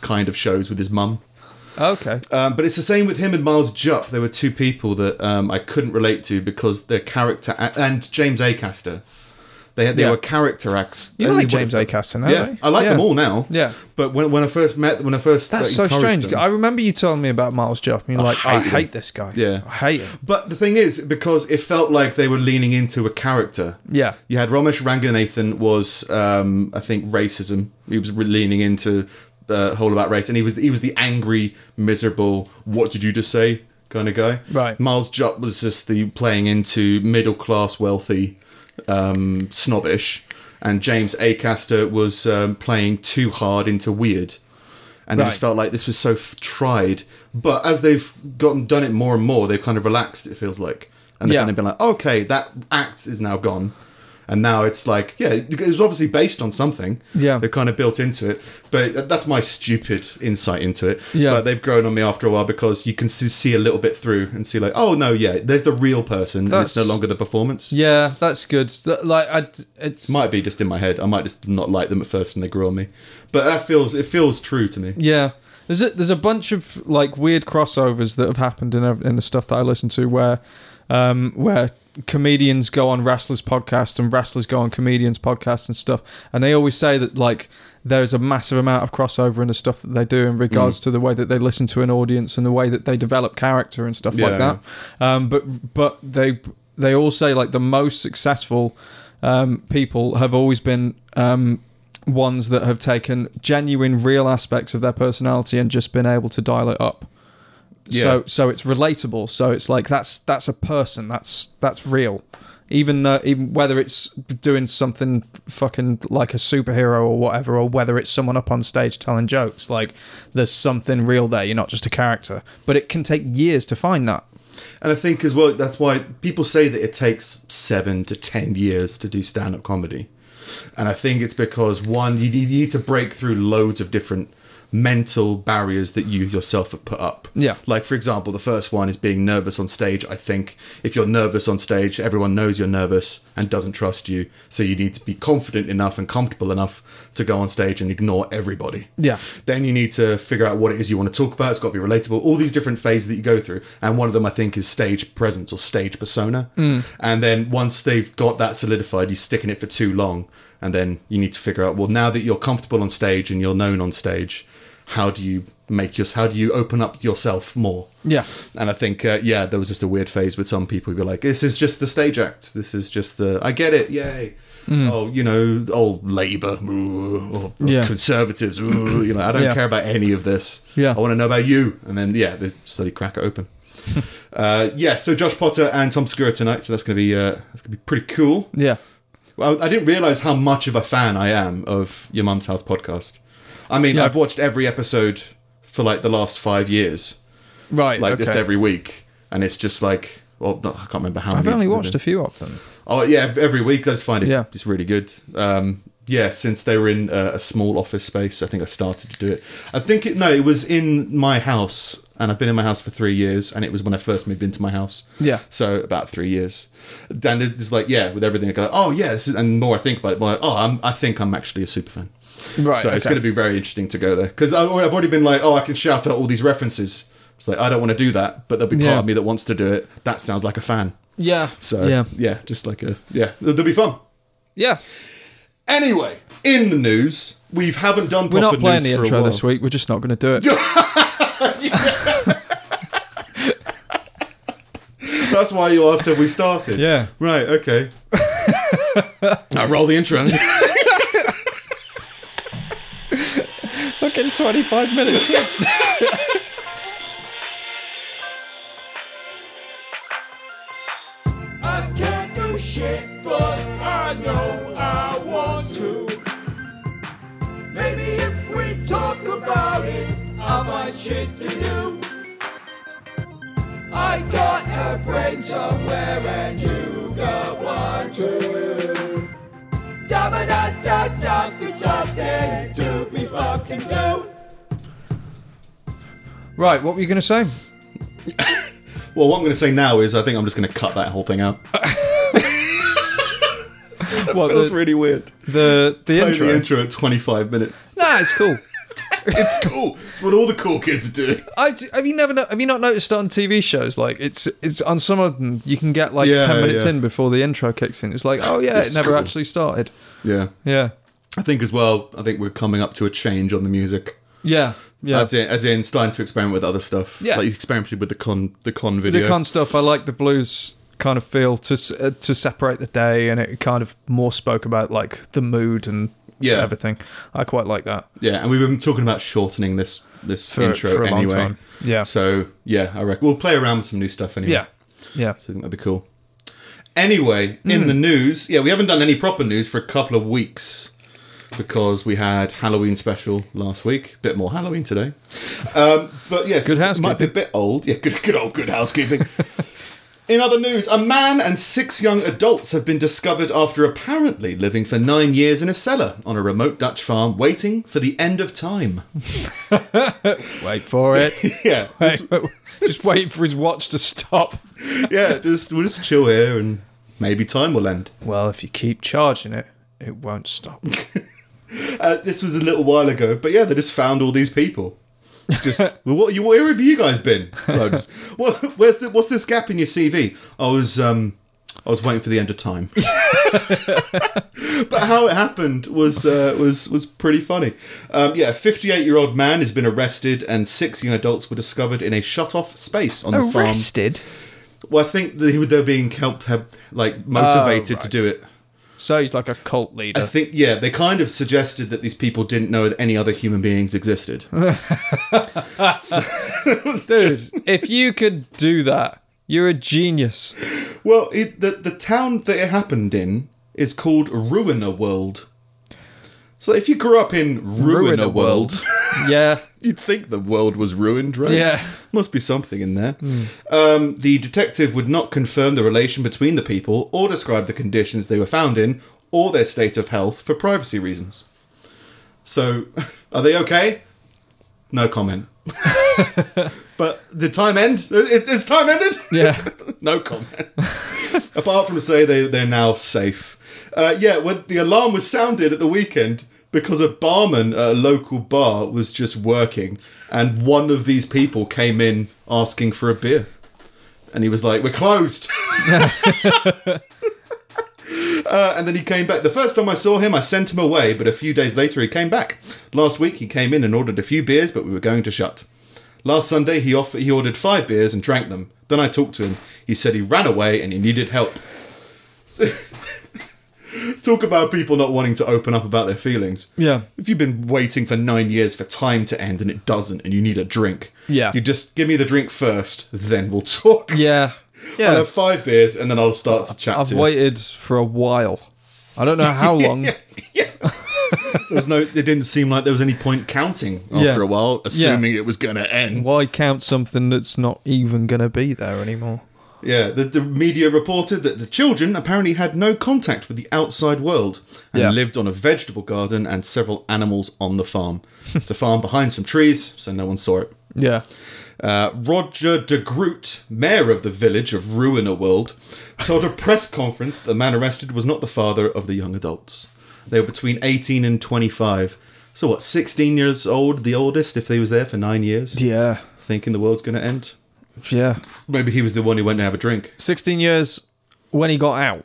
[SPEAKER 2] kind of shows with his mum.
[SPEAKER 1] okay.
[SPEAKER 2] Um, but it's the same with him and Miles Jupp. There were two people that um, I couldn't relate to because their character and James Acaster. They had they
[SPEAKER 1] Yeah.
[SPEAKER 2] were character acts.
[SPEAKER 1] You
[SPEAKER 2] They
[SPEAKER 1] like
[SPEAKER 2] would've-
[SPEAKER 1] James A. Caston, don't
[SPEAKER 2] Yeah,
[SPEAKER 1] you?
[SPEAKER 2] I like
[SPEAKER 1] yeah.
[SPEAKER 2] them all now.
[SPEAKER 1] Yeah.
[SPEAKER 2] But when, when I first met, when I first
[SPEAKER 1] That's
[SPEAKER 2] uh,
[SPEAKER 1] so
[SPEAKER 2] encouraged
[SPEAKER 1] strange.
[SPEAKER 2] them-
[SPEAKER 1] I remember you telling me about Miles Jeff, and you're like,
[SPEAKER 2] hate
[SPEAKER 1] I
[SPEAKER 2] him."
[SPEAKER 1] hate this guy.
[SPEAKER 2] Yeah.
[SPEAKER 1] I hate him.
[SPEAKER 2] But the thing is, because it felt like they were leaning into a character.
[SPEAKER 1] Yeah.
[SPEAKER 2] You had Ramesh Ranganathan was, um, I think, racism. He was re- leaning into the whole about race, and he was he was the angry, miserable, "What did you just say?" kind of guy.
[SPEAKER 1] Right.
[SPEAKER 2] Miles Jupp was just the playing into middle class, wealthy, um, snobbish, and James Acaster was um, playing too hard into weird. And I just
[SPEAKER 1] Right.
[SPEAKER 2] felt like this was so f- tried, but as they've gotten done it more and more, they've kind of relaxed. It feels like, and they've
[SPEAKER 1] Yeah.
[SPEAKER 2] kind of been like, okay, that act is now gone, and now it's like, yeah, it was obviously based on something.
[SPEAKER 1] Yeah.
[SPEAKER 2] they've kind of built into it, but th- that's my stupid insight into it.
[SPEAKER 1] Yeah.
[SPEAKER 2] but they've grown on me after a while because you can see, see a little bit through and see like, oh no, yeah, there's the real person, and it's no
[SPEAKER 1] That's-
[SPEAKER 2] longer the performance.
[SPEAKER 1] Yeah, that's good. Th- Like, I, it's
[SPEAKER 2] Might be just in my head. I might just not like them at first, and they grew on me. But that feels it feels true to me.
[SPEAKER 1] yeah. There's a, there's a bunch of like weird crossovers that have happened in ev- in the stuff that I listen to, where um, where comedians go on wrestlers' podcasts and wrestlers go on comedians' podcasts and stuff, and they always say that like there's a massive amount of crossover in the stuff that they do in
[SPEAKER 2] Mm.
[SPEAKER 1] regards to the way that they listen to an audience and the way that they develop character and stuff
[SPEAKER 2] Yeah.
[SPEAKER 1] like that. Um, but but they they all say like the most successful um, people have always been um, ones that have taken genuine, real aspects of their personality and just been able to dial it up.
[SPEAKER 2] Yeah.
[SPEAKER 1] So so it's relatable. So it's like that's that's a person. That's that's real. Even though, even whether it's doing something fucking like a superhero or whatever, or whether it's someone up on stage telling jokes, like there's something real there. You're not just a character. But it can take years to find that.
[SPEAKER 2] And I think as well, that's why people say that it takes seven to ten years to do stand up comedy. And I think it's because one, you need, you need to break through loads of different mental barriers that you yourself have put up.
[SPEAKER 1] Yeah.
[SPEAKER 2] Like, for example, the first one is being nervous on stage. I think if you're nervous on stage, everyone knows you're nervous and doesn't trust you. So you need to be confident enough and comfortable enough to go on stage and ignore everybody.
[SPEAKER 1] Yeah.
[SPEAKER 2] Then you need to figure out what it is you want to talk about. It's got to be relatable. All these different phases that you go through. And one of them, I think, is stage presence or stage persona. And then once they've got that solidified, you stick in it for too long. And then you need to figure out, well, now that you're comfortable on stage and you're known on stage, how do you make your, how do you open up yourself more?
[SPEAKER 1] Yeah.
[SPEAKER 2] And I think, uh, yeah, there was just a weird phase with some people who were like, this is just the stage act. This is just the, I get it, yay. Oh, you know, oh, Labour, ooh, or
[SPEAKER 1] Hmm. Yeah.
[SPEAKER 2] conservatives, ooh, you know, I don't
[SPEAKER 1] Yeah.
[SPEAKER 2] care about any of this.
[SPEAKER 1] Yeah.
[SPEAKER 2] I want to know about you. And then, yeah, they slowly crack it open. uh, yeah, so Josh Potter and Tom Segura tonight, so that's going to be, uh, that's going to be pretty cool.
[SPEAKER 1] Yeah.
[SPEAKER 2] Well, I didn't realize how much of a fan I am of Your Mum's House podcast. I mean,
[SPEAKER 1] Yeah.
[SPEAKER 2] I've watched every episode for like the last five years
[SPEAKER 1] Right.
[SPEAKER 2] like
[SPEAKER 1] okay.
[SPEAKER 2] just every week, and it's just like well, no, I can't remember how
[SPEAKER 1] I've
[SPEAKER 2] many.
[SPEAKER 1] only watched a few of them.
[SPEAKER 2] Oh yeah, every week I just find it.
[SPEAKER 1] Yeah.
[SPEAKER 2] it's really good. Um, yeah, since they were in a, a small office space, I think I started to do it. I think it no, it was in my house, and I've been in my house for three years, and it was when I first moved into my house.
[SPEAKER 1] Yeah.
[SPEAKER 2] so about three years. Then it's like yeah, with everything I go, oh yeah, this is, and the more I think about it, more like, oh, I'm, I think I'm actually a super fan.
[SPEAKER 1] Right.
[SPEAKER 2] So it's going to be very interesting to go there because I've already I've already been like, oh, I can shout out all these references. It's like I don't want to do that, but there'll be part
[SPEAKER 1] Yeah.
[SPEAKER 2] of me that wants to do it. That sounds like a fan.
[SPEAKER 1] Yeah.
[SPEAKER 2] So
[SPEAKER 1] yeah.
[SPEAKER 2] yeah, just like a yeah, that'll be fun.
[SPEAKER 1] Yeah.
[SPEAKER 2] Anyway, in the news, we haven't done
[SPEAKER 1] We're
[SPEAKER 2] proper
[SPEAKER 1] not playing
[SPEAKER 2] news
[SPEAKER 1] the
[SPEAKER 2] for a
[SPEAKER 1] intro
[SPEAKER 2] while.
[SPEAKER 1] this week. We're just not going to do it.
[SPEAKER 2] That's why you asked have we started.
[SPEAKER 1] Yeah.
[SPEAKER 2] Right. Okay. now roll the intro.
[SPEAKER 1] Fucking 25 minutes.
[SPEAKER 3] I can't do shit, but I know I want to. Maybe if we talk about it, I'll find shit to do. I got a brain somewhere and you got one too. Da da da da something, something to be fucking do.
[SPEAKER 1] right, what were you going to say?
[SPEAKER 2] well, what I'm going to say now is I think I'm just going to cut that whole thing out.
[SPEAKER 1] What,
[SPEAKER 2] Feels
[SPEAKER 1] the,
[SPEAKER 2] really weird.
[SPEAKER 1] the, the
[SPEAKER 2] Play
[SPEAKER 1] intro?
[SPEAKER 2] the intro at 25 minutes.
[SPEAKER 1] Nah, it's cool.
[SPEAKER 2] It's cool. It's what all the cool kids are doing.
[SPEAKER 1] I, have you never no- have you not noticed it on TV shows? Like it's it's on some of them you can get like
[SPEAKER 2] Yeah,
[SPEAKER 1] ten minutes
[SPEAKER 2] yeah.
[SPEAKER 1] in before the intro kicks in. It's like oh yeah,
[SPEAKER 2] This
[SPEAKER 1] it
[SPEAKER 2] is
[SPEAKER 1] never
[SPEAKER 2] cool.
[SPEAKER 1] actually started.
[SPEAKER 2] Yeah.
[SPEAKER 1] Yeah,
[SPEAKER 2] I think as well, I think we're coming up to a change on the music.
[SPEAKER 1] yeah, yeah.
[SPEAKER 2] As in, as in starting to experiment with other stuff.
[SPEAKER 1] Yeah.
[SPEAKER 2] Like you experimented with the con the con
[SPEAKER 1] the
[SPEAKER 2] video.
[SPEAKER 1] con stuff, I like the blues kind of feel to s- uh, to separate the day, and it kind of more spoke about like the mood and
[SPEAKER 2] Yeah.
[SPEAKER 1] everything. I quite like that
[SPEAKER 2] yeah, and we've been talking about shortening this this
[SPEAKER 1] for,
[SPEAKER 2] intro
[SPEAKER 1] for a
[SPEAKER 2] anyway.
[SPEAKER 1] long time. Yeah,
[SPEAKER 2] So yeah, I reckon we'll play around with some new stuff anyway.
[SPEAKER 1] yeah, yeah.
[SPEAKER 2] So I think that'd be cool. Anyway, in the news, yeah, we haven't done any proper news for a couple of weeks because we had Halloween special last week. Bit more Halloween today, um, but yes,
[SPEAKER 1] Good
[SPEAKER 2] it might be a bit old. Yeah, good, good old, good housekeeping. in other news, a man and six young adults have been discovered after apparently living for nine years in a cellar on a remote Dutch farm, waiting for the end of time.
[SPEAKER 1] Wait for it.
[SPEAKER 2] yeah,
[SPEAKER 1] Wait, just wait for his watch to stop.
[SPEAKER 2] yeah, just we'll just chill here and maybe time will end.
[SPEAKER 1] Well, if you keep charging it, it won't stop.
[SPEAKER 2] Uh, this was a little while ago, but yeah, they just found all these people. Just well, what? You, where have you guys been? Well, just, what, where's the, what's this gap in your CV? I was um, I was waiting for the end of time. but how it happened was uh, was was pretty funny. Um, yeah, a 58 year old man has been arrested, and six young adults were discovered in a shut off space on the farm.
[SPEAKER 1] Arrested.
[SPEAKER 2] Well, I think they were they're being helped, have, like motivated
[SPEAKER 1] Oh,
[SPEAKER 2] to
[SPEAKER 1] right.
[SPEAKER 2] do it.
[SPEAKER 1] So he's like a cult leader.
[SPEAKER 2] I think yeah, they kind of suggested that these people didn't know that any other human beings existed. So-
[SPEAKER 1] Dude, if you could do that, you're a genius.
[SPEAKER 2] well, it, the the town that it happened in is called Ruiner World. So if you grew up in Ruiner World,
[SPEAKER 1] Yeah.
[SPEAKER 2] you'd think the world was ruined, right?
[SPEAKER 1] Yeah.
[SPEAKER 2] Must be something in there. Um, the detective would not confirm the relation between the people or describe the conditions they were found in or their state of health for privacy reasons. So, are they okay? No comment. but did time end? Is, is time ended?
[SPEAKER 1] Yeah.
[SPEAKER 2] no comment. Apart from to say they, they're now safe. Uh, yeah, when the alarm was sounded at the weekend because a barman at a local bar was just working and one of these people came in asking for a beer. And he was like, We're closed. Uh, and then he came back. The first time I saw him, I sent him away, but a few days later he came back. Last week he came in and ordered a few beers, but we were going to shut. Last Sunday he off- he ordered five beers and drank them. Then I talked to him. He said he ran away and he needed help. So- Talk about people not wanting to open up about their feelings.
[SPEAKER 1] Yeah.
[SPEAKER 2] If you've been waiting for nine years for time to end and it doesn't, and you need a drink,
[SPEAKER 1] Yeah.
[SPEAKER 2] you just give me the drink first, then we'll talk.
[SPEAKER 1] Yeah.
[SPEAKER 2] I'll
[SPEAKER 1] Yeah.
[SPEAKER 2] have five beers and then I'll start to chat.
[SPEAKER 1] I've
[SPEAKER 2] to you.
[SPEAKER 1] waited for a while. I don't know how long.
[SPEAKER 2] yeah. there was no. It didn't seem like there was any point counting after
[SPEAKER 1] Yeah.
[SPEAKER 2] a while, assuming it was going to end.
[SPEAKER 1] Why count something that's not even going to be there anymore?
[SPEAKER 2] Yeah. The, the media reported that the children apparently had no contact with the outside world and
[SPEAKER 1] Yeah.
[SPEAKER 2] lived on a vegetable garden and several animals on the farm. it's a farm behind some trees, so no one saw it.
[SPEAKER 1] Yeah.
[SPEAKER 2] Uh, Roger de Groot, mayor of the village of Ruiner World, told a press conference that the man arrested was not the father of the young adults. They were between 18 and 25. So what, 16 years old, the oldest, if they was there for nine years?
[SPEAKER 1] Yeah.
[SPEAKER 2] Thinking the world's going to end?
[SPEAKER 1] Yeah.
[SPEAKER 2] Maybe he was the one who went to have a drink.
[SPEAKER 1] 16 years when he got out.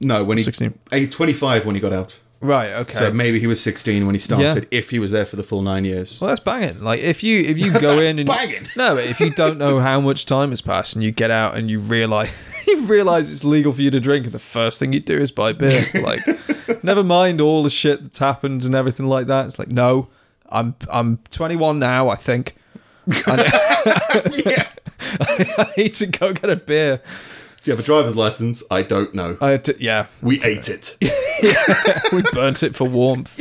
[SPEAKER 2] No, when he...
[SPEAKER 1] 16.
[SPEAKER 2] eh, 25 when he got out.
[SPEAKER 1] Right. Okay.
[SPEAKER 2] So maybe he was 16 when he started, if he was there for the full nine years.
[SPEAKER 1] Well, that's banging. Like if you if you go
[SPEAKER 2] That's
[SPEAKER 1] in and
[SPEAKER 2] banging.
[SPEAKER 1] no, but if you don't know how much time has passed and you get out and you realize you realize it's legal for you to drink, and the first thing you do is buy beer. Like, never mind all the shit that's happened and everything like that. It's like no, I'm I'm 21 now. I think. I,
[SPEAKER 2] yeah.
[SPEAKER 1] I need to go get a beer.
[SPEAKER 2] Do you have a driver's license? I don't know.
[SPEAKER 1] I had to, yeah,
[SPEAKER 2] we ate it.
[SPEAKER 1] we burnt it for warmth.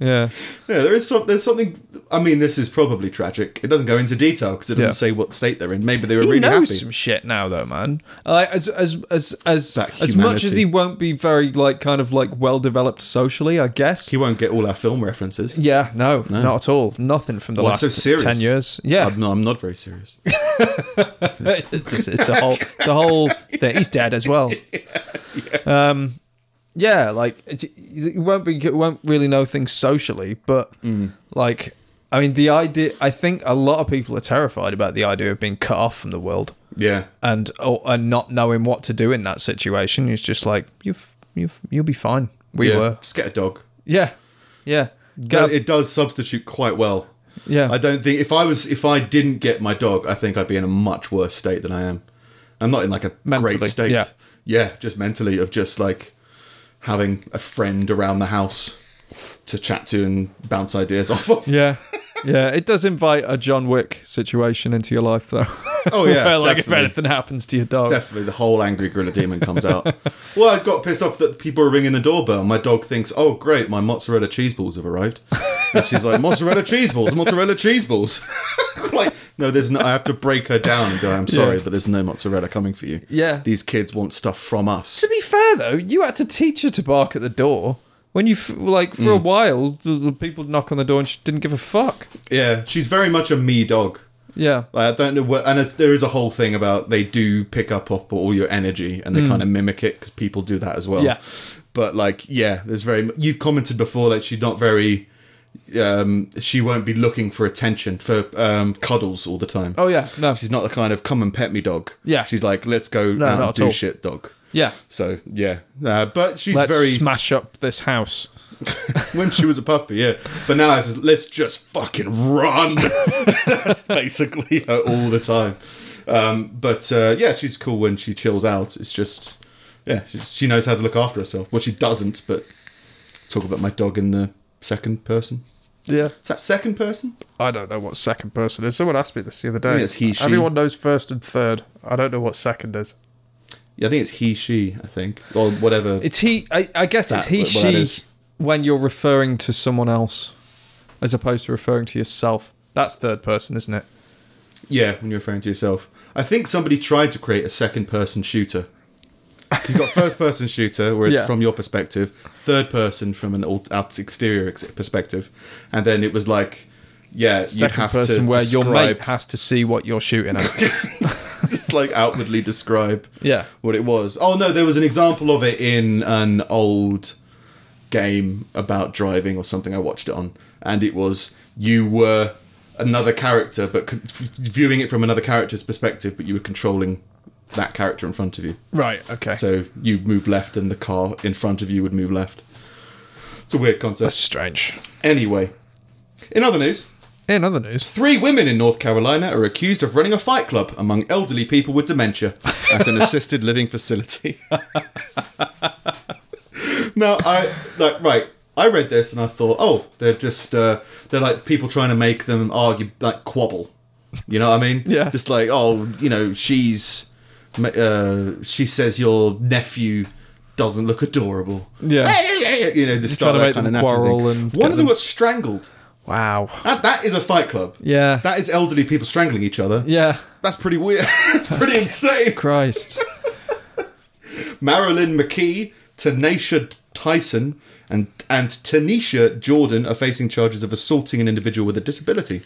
[SPEAKER 1] Yeah,
[SPEAKER 2] Yeah, there is some. There's something. I mean, this is probably tragic. It doesn't go into detail because it doesn't
[SPEAKER 1] Yeah.
[SPEAKER 2] say what state they're in. Maybe they were
[SPEAKER 1] he
[SPEAKER 2] really
[SPEAKER 1] knows
[SPEAKER 2] happy.
[SPEAKER 1] some shit now, though, man. Like as as as as
[SPEAKER 2] That
[SPEAKER 1] as much as
[SPEAKER 2] humanity.
[SPEAKER 1] he won't be very like kind of like well developed socially, I guess.
[SPEAKER 2] He won't get all our film references.
[SPEAKER 1] yeah, no, not at all. Nothing from the
[SPEAKER 2] Why
[SPEAKER 1] last
[SPEAKER 2] so serious?
[SPEAKER 1] ten years. Yeah, Uh,
[SPEAKER 2] I'm, no, I'm not very serious.
[SPEAKER 1] it's, it's a whole the whole thing. He's dead as well. Um, yeah, like it, you won't be you won't really know things socially, but
[SPEAKER 2] Mm.
[SPEAKER 1] like I mean, the idea. I think a lot of people are terrified about the idea of being cut off from the world
[SPEAKER 2] Yeah.
[SPEAKER 1] and or, and not knowing what to do in that situation. It's just like you've you've you'll be fine. We
[SPEAKER 2] yeah.
[SPEAKER 1] were,
[SPEAKER 2] Just get a dog.
[SPEAKER 1] yeah, yeah,
[SPEAKER 2] No,
[SPEAKER 1] Get a-
[SPEAKER 2] it does substitute quite well.
[SPEAKER 1] yeah.
[SPEAKER 2] I don't think if I was if I didn't get my dog, I think I'd be in a much worse state than I am. I'm not in like a
[SPEAKER 1] Mentally,
[SPEAKER 2] great state.
[SPEAKER 1] yeah.
[SPEAKER 2] Yeah, just mentally of just like having a friend around the house to chat to and bounce ideas off of.
[SPEAKER 1] Yeah. Yeah, it does invite a John Wick situation into your life, though.
[SPEAKER 2] Oh yeah,
[SPEAKER 1] Where, like,
[SPEAKER 2] definitely.
[SPEAKER 1] if anything happens to your dog.
[SPEAKER 2] Definitely, the whole angry gorilla demon comes out. well, I got pissed off that people are ringing the doorbell. My dog thinks, "Oh, great, my mozzarella cheese balls have arrived." And she's like, "Mozzarella cheese balls, mozzarella cheese balls." like, no, there's no. I have to break her down and go, "I'm sorry,
[SPEAKER 1] Yeah.
[SPEAKER 2] but there's no mozzarella coming for you."
[SPEAKER 1] Yeah.
[SPEAKER 2] these kids want stuff from us.
[SPEAKER 1] to be fair, though, you had to teach her to bark at the door. When you, f- like, for
[SPEAKER 2] Mm.
[SPEAKER 1] a while, the, the people knock on the door and she didn't give a fuck.
[SPEAKER 2] Yeah, she's very much a me dog.
[SPEAKER 1] Yeah.
[SPEAKER 2] Like, I don't know what, and it's, there is a whole thing about they do pick up up all your energy and they kind of mimic it because people do that as well.
[SPEAKER 1] Hmm. Yeah.
[SPEAKER 2] But like, yeah, there's very. You've commented before that she's not very. Um, she won't be looking for attention for um, cuddles all the time.
[SPEAKER 1] Oh, yeah. No.
[SPEAKER 2] She's not the kind of come and pet me dog.
[SPEAKER 1] Yeah.
[SPEAKER 2] She's like, let's go
[SPEAKER 1] No,
[SPEAKER 2] out
[SPEAKER 1] not
[SPEAKER 2] and
[SPEAKER 1] at
[SPEAKER 2] do
[SPEAKER 1] all.
[SPEAKER 2] shit dog.
[SPEAKER 1] yeah.
[SPEAKER 2] So yeah, uh, but she's
[SPEAKER 1] Let's
[SPEAKER 2] very
[SPEAKER 1] smash up this house.
[SPEAKER 2] when she was a puppy, yeah. But now it's just, let's just fucking run. That's basically her all the time. Um, but uh, yeah, she's cool when she chills out. It's just, yeah, she, she knows how to look after herself. Well, she doesn't, but talk about my dog in the second person.
[SPEAKER 1] Yeah.
[SPEAKER 2] Is that second person?
[SPEAKER 1] I don't know what second person is. Someone asked me this the other day.
[SPEAKER 2] think it's he, she.
[SPEAKER 1] Everyone knows first and third. I don't know what second is.
[SPEAKER 2] Yeah, I think it's he, she, I think, or whatever.
[SPEAKER 1] It's he. I, I guess it's
[SPEAKER 2] That-
[SPEAKER 1] he,
[SPEAKER 2] well, that
[SPEAKER 1] she.
[SPEAKER 2] is-
[SPEAKER 1] When you're referring to someone else, as opposed to referring to yourself, that's third person, isn't it?
[SPEAKER 2] yeah, when you're referring to yourself. I think somebody tried to create a second person shooter. 'Cause You've got first person shooter where it's
[SPEAKER 1] Yeah.
[SPEAKER 2] from your perspective, third person from an alt- out exterior ex- perspective, and then it was like, yeah, you'd
[SPEAKER 1] Second
[SPEAKER 2] have
[SPEAKER 1] person
[SPEAKER 2] to
[SPEAKER 1] where your
[SPEAKER 2] describe,
[SPEAKER 1] mate has to see what you're shooting at.
[SPEAKER 2] just like outwardly describe
[SPEAKER 1] yeah.
[SPEAKER 2] what it was. Oh no, there was an example of it in an old game about driving or something. I watched it on, and it was you were another character, but con- f- viewing it from another character's perspective, but you were controlling that character in front of you.
[SPEAKER 1] Right. Okay.
[SPEAKER 2] So you move left, and the car in front of you would move left. It's a weird concept.
[SPEAKER 1] strange.
[SPEAKER 2] Anyway, in other news.
[SPEAKER 1] In other news,
[SPEAKER 2] Three women in North Carolina are accused of running a fight club among elderly people with dementia at an assisted living facility. now, I like right. I read this and I thought, oh, they're just uh, they're like people trying to make them argue, like quabble. You know what I mean?
[SPEAKER 1] Yeah.
[SPEAKER 2] Just like oh, you know, she's ma- uh, she says your nephew doesn't look adorable.
[SPEAKER 1] Yeah.
[SPEAKER 2] You know, just
[SPEAKER 1] Trying
[SPEAKER 2] start
[SPEAKER 1] to make
[SPEAKER 2] that kind
[SPEAKER 1] them
[SPEAKER 2] of natural
[SPEAKER 1] quarrel
[SPEAKER 2] thing.
[SPEAKER 1] and
[SPEAKER 2] One
[SPEAKER 1] get
[SPEAKER 2] of them
[SPEAKER 1] them-
[SPEAKER 2] got strangled.
[SPEAKER 1] wow.
[SPEAKER 2] That, that is a fight club.
[SPEAKER 1] Yeah.
[SPEAKER 2] That is elderly people strangling each other.
[SPEAKER 1] Yeah.
[SPEAKER 2] That's pretty weird. That's pretty insane.
[SPEAKER 1] Christ.
[SPEAKER 2] Marilyn McKee, Tanisha Tyson, and, and Tanisha Jordan are facing charges of assaulting an individual with a disability,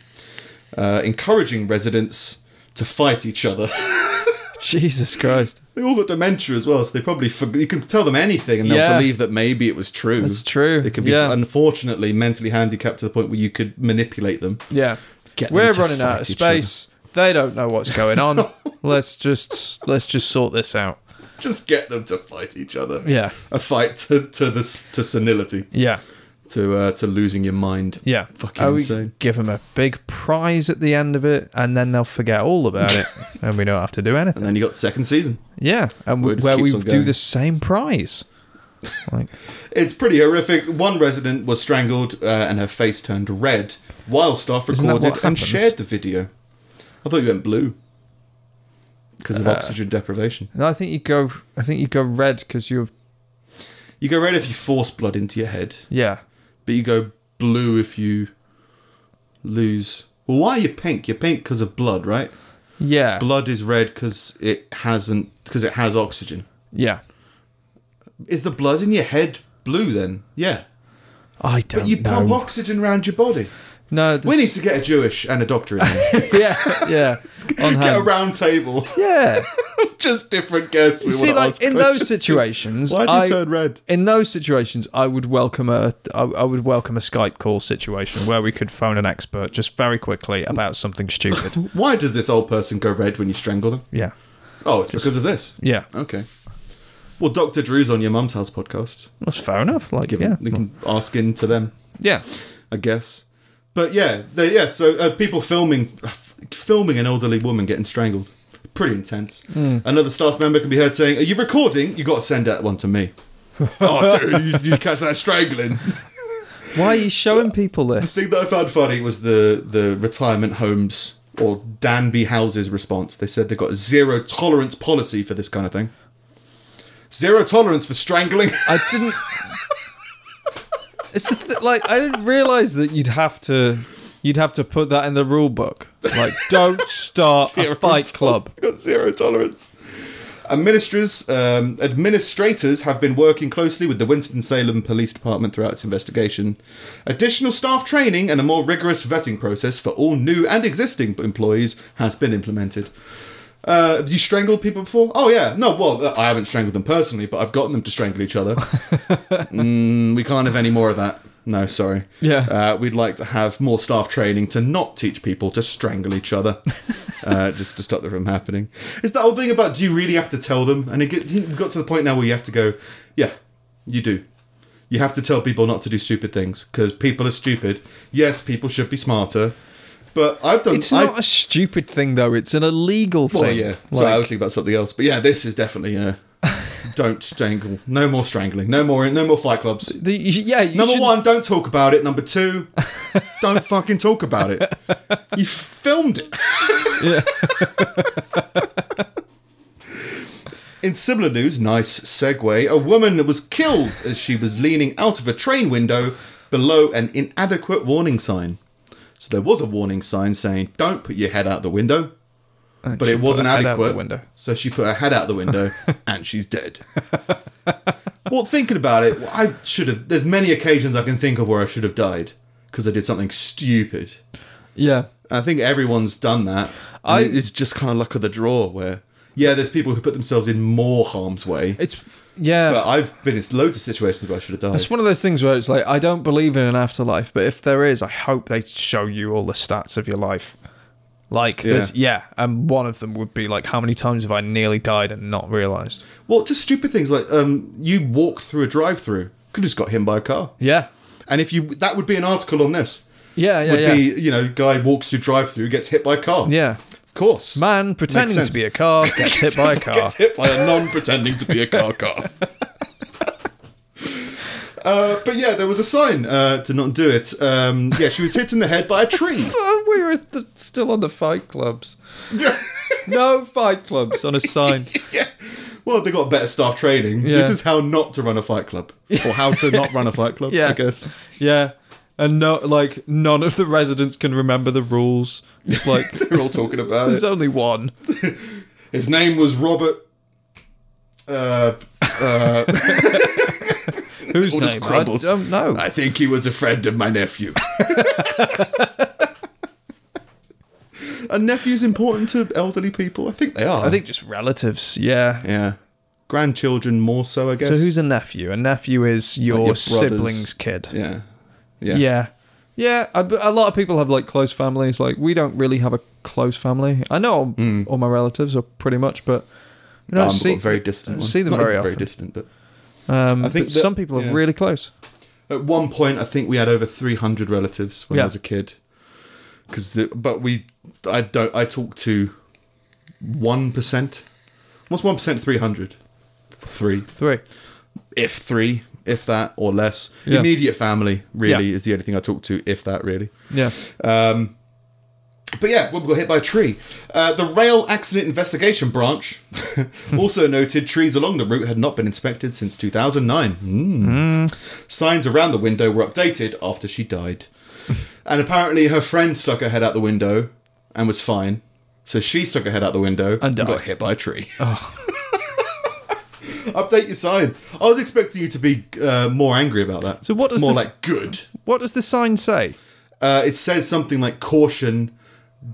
[SPEAKER 2] uh, encouraging residents to fight each other.
[SPEAKER 1] Jesus Christ.
[SPEAKER 2] they all got dementia as well, so they probably forg you can tell them anything and they'll
[SPEAKER 1] Yeah.
[SPEAKER 2] believe that maybe it was true.
[SPEAKER 1] That's true.
[SPEAKER 2] They can be
[SPEAKER 1] Yeah.
[SPEAKER 2] unfortunately mentally handicapped to the point where you could manipulate them.
[SPEAKER 1] Yeah.
[SPEAKER 2] Get them
[SPEAKER 1] We're
[SPEAKER 2] to
[SPEAKER 1] running out
[SPEAKER 2] fight
[SPEAKER 1] of
[SPEAKER 2] each other.
[SPEAKER 1] space. They don't know what's going on. let's just let's just sort this out.
[SPEAKER 2] Just get them to fight each other.
[SPEAKER 1] Yeah.
[SPEAKER 2] a fight to to this to senility
[SPEAKER 1] Yeah.
[SPEAKER 2] to uh, to losing your mind.
[SPEAKER 1] Yeah.
[SPEAKER 2] fucking
[SPEAKER 1] Oh, we
[SPEAKER 2] insane.
[SPEAKER 1] Give them a big prize at the end of it, and then they'll forget all about it, and we don't have to do anything.
[SPEAKER 2] And then you got the second season.
[SPEAKER 1] Yeah, and we,
[SPEAKER 2] It just
[SPEAKER 1] where we
[SPEAKER 2] keeps on
[SPEAKER 1] do
[SPEAKER 2] going.
[SPEAKER 1] the same prize. Like,
[SPEAKER 2] It's pretty horrific. One resident was strangled uh, and her face turned red while staff
[SPEAKER 1] that what
[SPEAKER 2] recorded and
[SPEAKER 1] happens?
[SPEAKER 2] shared the video. I thought you went blue because of
[SPEAKER 1] Uh.
[SPEAKER 2] oxygen deprivation.
[SPEAKER 1] no, I think you go. I think you go red because you've.
[SPEAKER 2] You go red if you force blood into your head,
[SPEAKER 1] Yeah,
[SPEAKER 2] but you go blue if you lose. Well, why are you pink? You're pink because of blood, right?
[SPEAKER 1] yeah,
[SPEAKER 2] Blood is red because it hasn't because it has oxygen.
[SPEAKER 1] yeah.
[SPEAKER 2] Is the blood in your head blue then? Yeah.
[SPEAKER 1] I don't
[SPEAKER 2] You
[SPEAKER 1] know.
[SPEAKER 2] pump oxygen around your body.
[SPEAKER 1] no,
[SPEAKER 2] We need
[SPEAKER 1] this-
[SPEAKER 2] to get a Jewish and a doctor in here.
[SPEAKER 1] Yeah, yeah. On
[SPEAKER 2] get a
[SPEAKER 1] hand.
[SPEAKER 2] round table.
[SPEAKER 1] Yeah,
[SPEAKER 2] Just different guests. We
[SPEAKER 1] You see,
[SPEAKER 2] wanna
[SPEAKER 1] like
[SPEAKER 2] ask
[SPEAKER 1] in
[SPEAKER 2] questions
[SPEAKER 1] those situations,
[SPEAKER 2] to. Why do you
[SPEAKER 1] I,
[SPEAKER 2] turn red?
[SPEAKER 1] in those situations, I would welcome a I, I would welcome a Skype call situation where we could phone an expert just very quickly about something stupid.
[SPEAKER 2] Why does this old person go red when you strangle them?
[SPEAKER 1] yeah,
[SPEAKER 2] Oh, it's because of this.
[SPEAKER 1] yeah,
[SPEAKER 2] Okay. Well, Doctor Drew's on your mum's house podcast.
[SPEAKER 1] that's fair enough. Like,
[SPEAKER 2] Give
[SPEAKER 1] yeah,
[SPEAKER 2] them, they can ask into them.
[SPEAKER 1] yeah,
[SPEAKER 2] I guess. But yeah, they, yeah. So uh, people filming, filming an elderly woman getting strangled, pretty intense. Another staff member can be heard saying, "Are you recording? You got to send that one to me." oh, dude, you, you catch that strangling.
[SPEAKER 1] Why are you showing people this?
[SPEAKER 2] The thing that I found funny was the the retirement homes or Danby houses response. They said they've got a zero tolerance policy for this kind of thing. Zero tolerance for strangling.
[SPEAKER 1] I didn't. It's the th- like I didn't realize that you'd have to you'd have to put that in the rule book. Like, don't start a
[SPEAKER 2] Zero
[SPEAKER 1] fight club.
[SPEAKER 2] We've got zero tolerance. Administrators, um, administrators have been working closely with the Winston-Salem Police Department throughout its investigation. Additional staff training and a more rigorous vetting process for all new and existing employees has been implemented. Uh, have you strangled people before? Oh yeah, no. Well, I haven't strangled them personally, but I've gotten them to strangle each other. Mm, we can't have any more of that. No, sorry.
[SPEAKER 1] Yeah.
[SPEAKER 2] Uh, we'd like to have more staff training to not teach people to strangle each other, uh, just to stop that from happening. It's that whole thing about do you really have to tell them? And it get, it got to the point now where you have to go, yeah, you do. You have to tell people not to do stupid things because people are stupid. Yes, people should be smarter, but I've done.
[SPEAKER 1] It's
[SPEAKER 2] I-
[SPEAKER 1] not a stupid thing though. It's an illegal thing.
[SPEAKER 2] well, yeah. so I was thinking about something else, but yeah, this is definitely uh, don't strangle. No more strangling. No more. No more fight clubs.
[SPEAKER 1] The- you should- yeah. You
[SPEAKER 2] Number
[SPEAKER 1] should-
[SPEAKER 2] one, don't talk about it. Number two, don't fucking talk about it. You filmed it.
[SPEAKER 1] Yeah.
[SPEAKER 2] In similar news, nice segue, a woman was killed as she was leaning out of a train window below an inadequate warning sign. So there was a warning sign saying, don't put your head out the window, but
[SPEAKER 1] she
[SPEAKER 2] it
[SPEAKER 1] put
[SPEAKER 2] wasn't
[SPEAKER 1] her head out
[SPEAKER 2] adequate.
[SPEAKER 1] the window.
[SPEAKER 2] So she put her head out the window and she's dead. well, thinking about it, I should have. There's many occasions I can think of where I should have died because I did something stupid.
[SPEAKER 1] Yeah.
[SPEAKER 2] I think everyone's done that.
[SPEAKER 1] I-
[SPEAKER 2] I, it's just kind of luck of the draw where, yeah, there's people who put themselves in more harm's way.
[SPEAKER 1] It's yeah.
[SPEAKER 2] But I've been in loads of situations where I should have died.
[SPEAKER 1] It's one of those things where it's like I don't believe in an afterlife, but if there is, I hope they show you all the stats of your life. Like, yeah, yeah and one of them would be like, how many times have I nearly died and not realised?
[SPEAKER 2] well, just stupid things like um, you walked through a drive-through, could have just got hit by a car.
[SPEAKER 1] Yeah,
[SPEAKER 2] And if you, that would be an article on this.
[SPEAKER 1] yeah, yeah,
[SPEAKER 2] Would
[SPEAKER 1] yeah.
[SPEAKER 2] be you know, guy walks through drive-through, gets hit by a car.
[SPEAKER 1] yeah.
[SPEAKER 2] of course.
[SPEAKER 1] Man pretending to
[SPEAKER 2] sense.
[SPEAKER 1] be a car gets hit by a car.
[SPEAKER 2] Gets hit by a non pretending to be a car car. Uh, but yeah, there was a sign uh, to not do it. Um, yeah, she was hit in the head by a tree.
[SPEAKER 1] we were th- still on the fight clubs. No fight clubs on a sign.
[SPEAKER 2] well, they got better staff training.
[SPEAKER 1] Yeah.
[SPEAKER 2] This is how not to run a fight club, or how to not run a fight club.
[SPEAKER 1] Yeah.
[SPEAKER 2] I guess.
[SPEAKER 1] Yeah. And no, like none of the residents can remember the rules. It's like
[SPEAKER 2] They're all talking about
[SPEAKER 1] there's
[SPEAKER 2] it.
[SPEAKER 1] only one.
[SPEAKER 2] His name was Robert. Uh,
[SPEAKER 1] Whose
[SPEAKER 2] just
[SPEAKER 1] name? I
[SPEAKER 2] crumbles.
[SPEAKER 1] don't know.
[SPEAKER 2] I think he was a friend of my nephew. Are nephews important to elderly people? I think they are.
[SPEAKER 1] I think just relatives. Yeah.
[SPEAKER 2] Yeah. Grandchildren more so, I guess.
[SPEAKER 1] So who's a nephew? A nephew is your,
[SPEAKER 2] your
[SPEAKER 1] sibling's
[SPEAKER 2] brother's-
[SPEAKER 1] kid.
[SPEAKER 2] yeah.
[SPEAKER 1] Yeah. Yeah, I- but a lot of people have like close families. Like we don't really have a close family. I know all, all my relatives are pretty much, but you know,
[SPEAKER 2] Um,
[SPEAKER 1] see,
[SPEAKER 2] Hmm. but very distant.
[SPEAKER 1] I
[SPEAKER 2] one.
[SPEAKER 1] see them
[SPEAKER 2] Not
[SPEAKER 1] very
[SPEAKER 2] even very
[SPEAKER 1] often.
[SPEAKER 2] distant, but
[SPEAKER 1] um,
[SPEAKER 2] I think
[SPEAKER 1] but
[SPEAKER 2] that-
[SPEAKER 1] some people
[SPEAKER 2] yeah.
[SPEAKER 1] are really close.
[SPEAKER 2] at one point I think we had over 300 relatives when
[SPEAKER 1] Yeah.
[SPEAKER 2] I was a kid. Cuz but we I don't I talk to 1%. What's 1% of 300? 3.
[SPEAKER 1] Three.
[SPEAKER 2] If 3, if that or less.
[SPEAKER 1] Yeah.
[SPEAKER 2] Immediate family really
[SPEAKER 1] Yeah.
[SPEAKER 2] is the only thing I talk to if that really.
[SPEAKER 1] Yeah.
[SPEAKER 2] Um, but yeah, we got hit by a tree. Uh, the Rail Accident Investigation Branch also noted trees along the route had not been inspected since 2009. Mm. Signs around the window were updated after she died. and apparently, her friend stuck her head out the window and was fine. So she stuck her head out the window
[SPEAKER 1] And died. Oh.
[SPEAKER 2] got hit by a tree. Update your sign. I was expecting you to be uh, more angry about that.
[SPEAKER 1] So what does
[SPEAKER 2] more
[SPEAKER 1] this-
[SPEAKER 2] like good?
[SPEAKER 1] What does the sign say?
[SPEAKER 2] uh, it says something like caution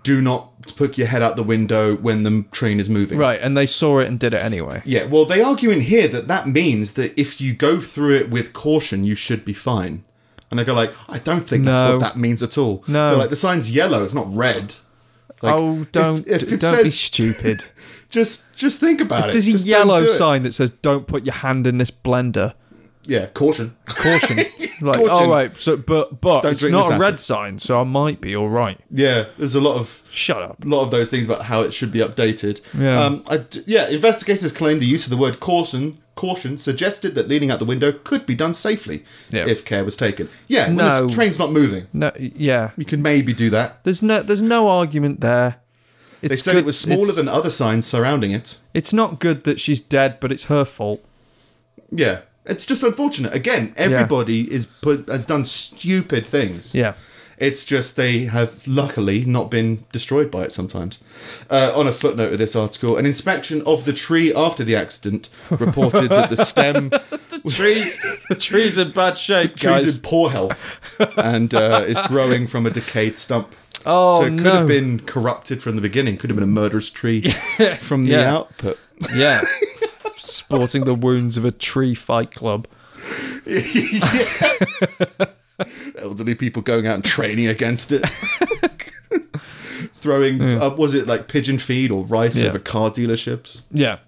[SPEAKER 2] do not put your head out the window when the train is moving.
[SPEAKER 4] Right, and they saw it and did it anyway.
[SPEAKER 2] Yeah, well, they argue in here that that means that if you go through it with caution, you should be fine. And they go like, I don't think that's
[SPEAKER 4] No.
[SPEAKER 2] what that means at all.
[SPEAKER 4] No.
[SPEAKER 2] They're like the sign's yellow, it's not red. Like,
[SPEAKER 4] oh,
[SPEAKER 2] if-
[SPEAKER 4] don't
[SPEAKER 2] if it
[SPEAKER 4] don't be
[SPEAKER 2] says-
[SPEAKER 4] stupid.
[SPEAKER 2] Just just think about it.
[SPEAKER 4] There's a
[SPEAKER 2] Just don't
[SPEAKER 4] yellow
[SPEAKER 2] do it.
[SPEAKER 4] sign that says "Don't put your hand in this blender."
[SPEAKER 2] Yeah, caution.
[SPEAKER 4] Caution. like,
[SPEAKER 2] Caution.
[SPEAKER 4] all right, so but but it's
[SPEAKER 2] drink this
[SPEAKER 4] not a red
[SPEAKER 2] acid.
[SPEAKER 4] sign, so I might be all right.
[SPEAKER 2] Yeah, there's a lot of
[SPEAKER 4] Shut up.
[SPEAKER 2] lot of those things about how it should be updated.
[SPEAKER 4] Yeah.
[SPEAKER 2] Um, I d yeah, investigators claim the use of the word caution caution suggested that leaning out the window could be done safely
[SPEAKER 4] Yeah.
[SPEAKER 2] if care was taken. Yeah, when
[SPEAKER 4] No.
[SPEAKER 2] the train's not moving,
[SPEAKER 4] No, yeah.
[SPEAKER 2] you can maybe do that.
[SPEAKER 4] There's no there's no argument there.
[SPEAKER 2] They
[SPEAKER 4] It's
[SPEAKER 2] said
[SPEAKER 4] good-
[SPEAKER 2] it was smaller
[SPEAKER 4] it's-
[SPEAKER 2] than other signs surrounding it.
[SPEAKER 4] It's not good that she's dead, but it's her fault.
[SPEAKER 2] Yeah. It's just unfortunate. Again, everybody is put has done stupid things.
[SPEAKER 4] Yeah.
[SPEAKER 2] It's just they have luckily not been destroyed by it sometimes. Uh, on a footnote of this article, an inspection of the tree after the accident reported that the stem
[SPEAKER 4] Trees the trees in bad shape,
[SPEAKER 2] tree's in poor health and uh, is growing from a decayed stump.
[SPEAKER 4] Oh,
[SPEAKER 2] so it could
[SPEAKER 4] no.
[SPEAKER 2] have been corrupted from the beginning. Could have been a murderous tree from the
[SPEAKER 4] Yeah.
[SPEAKER 2] output.
[SPEAKER 4] Yeah. Sporting the wounds of a tree fight club.
[SPEAKER 2] elderly people going out and training against it. Throwing, uh, was it like pigeon feed or rice
[SPEAKER 4] Yeah.
[SPEAKER 2] over car dealerships?
[SPEAKER 4] Yeah.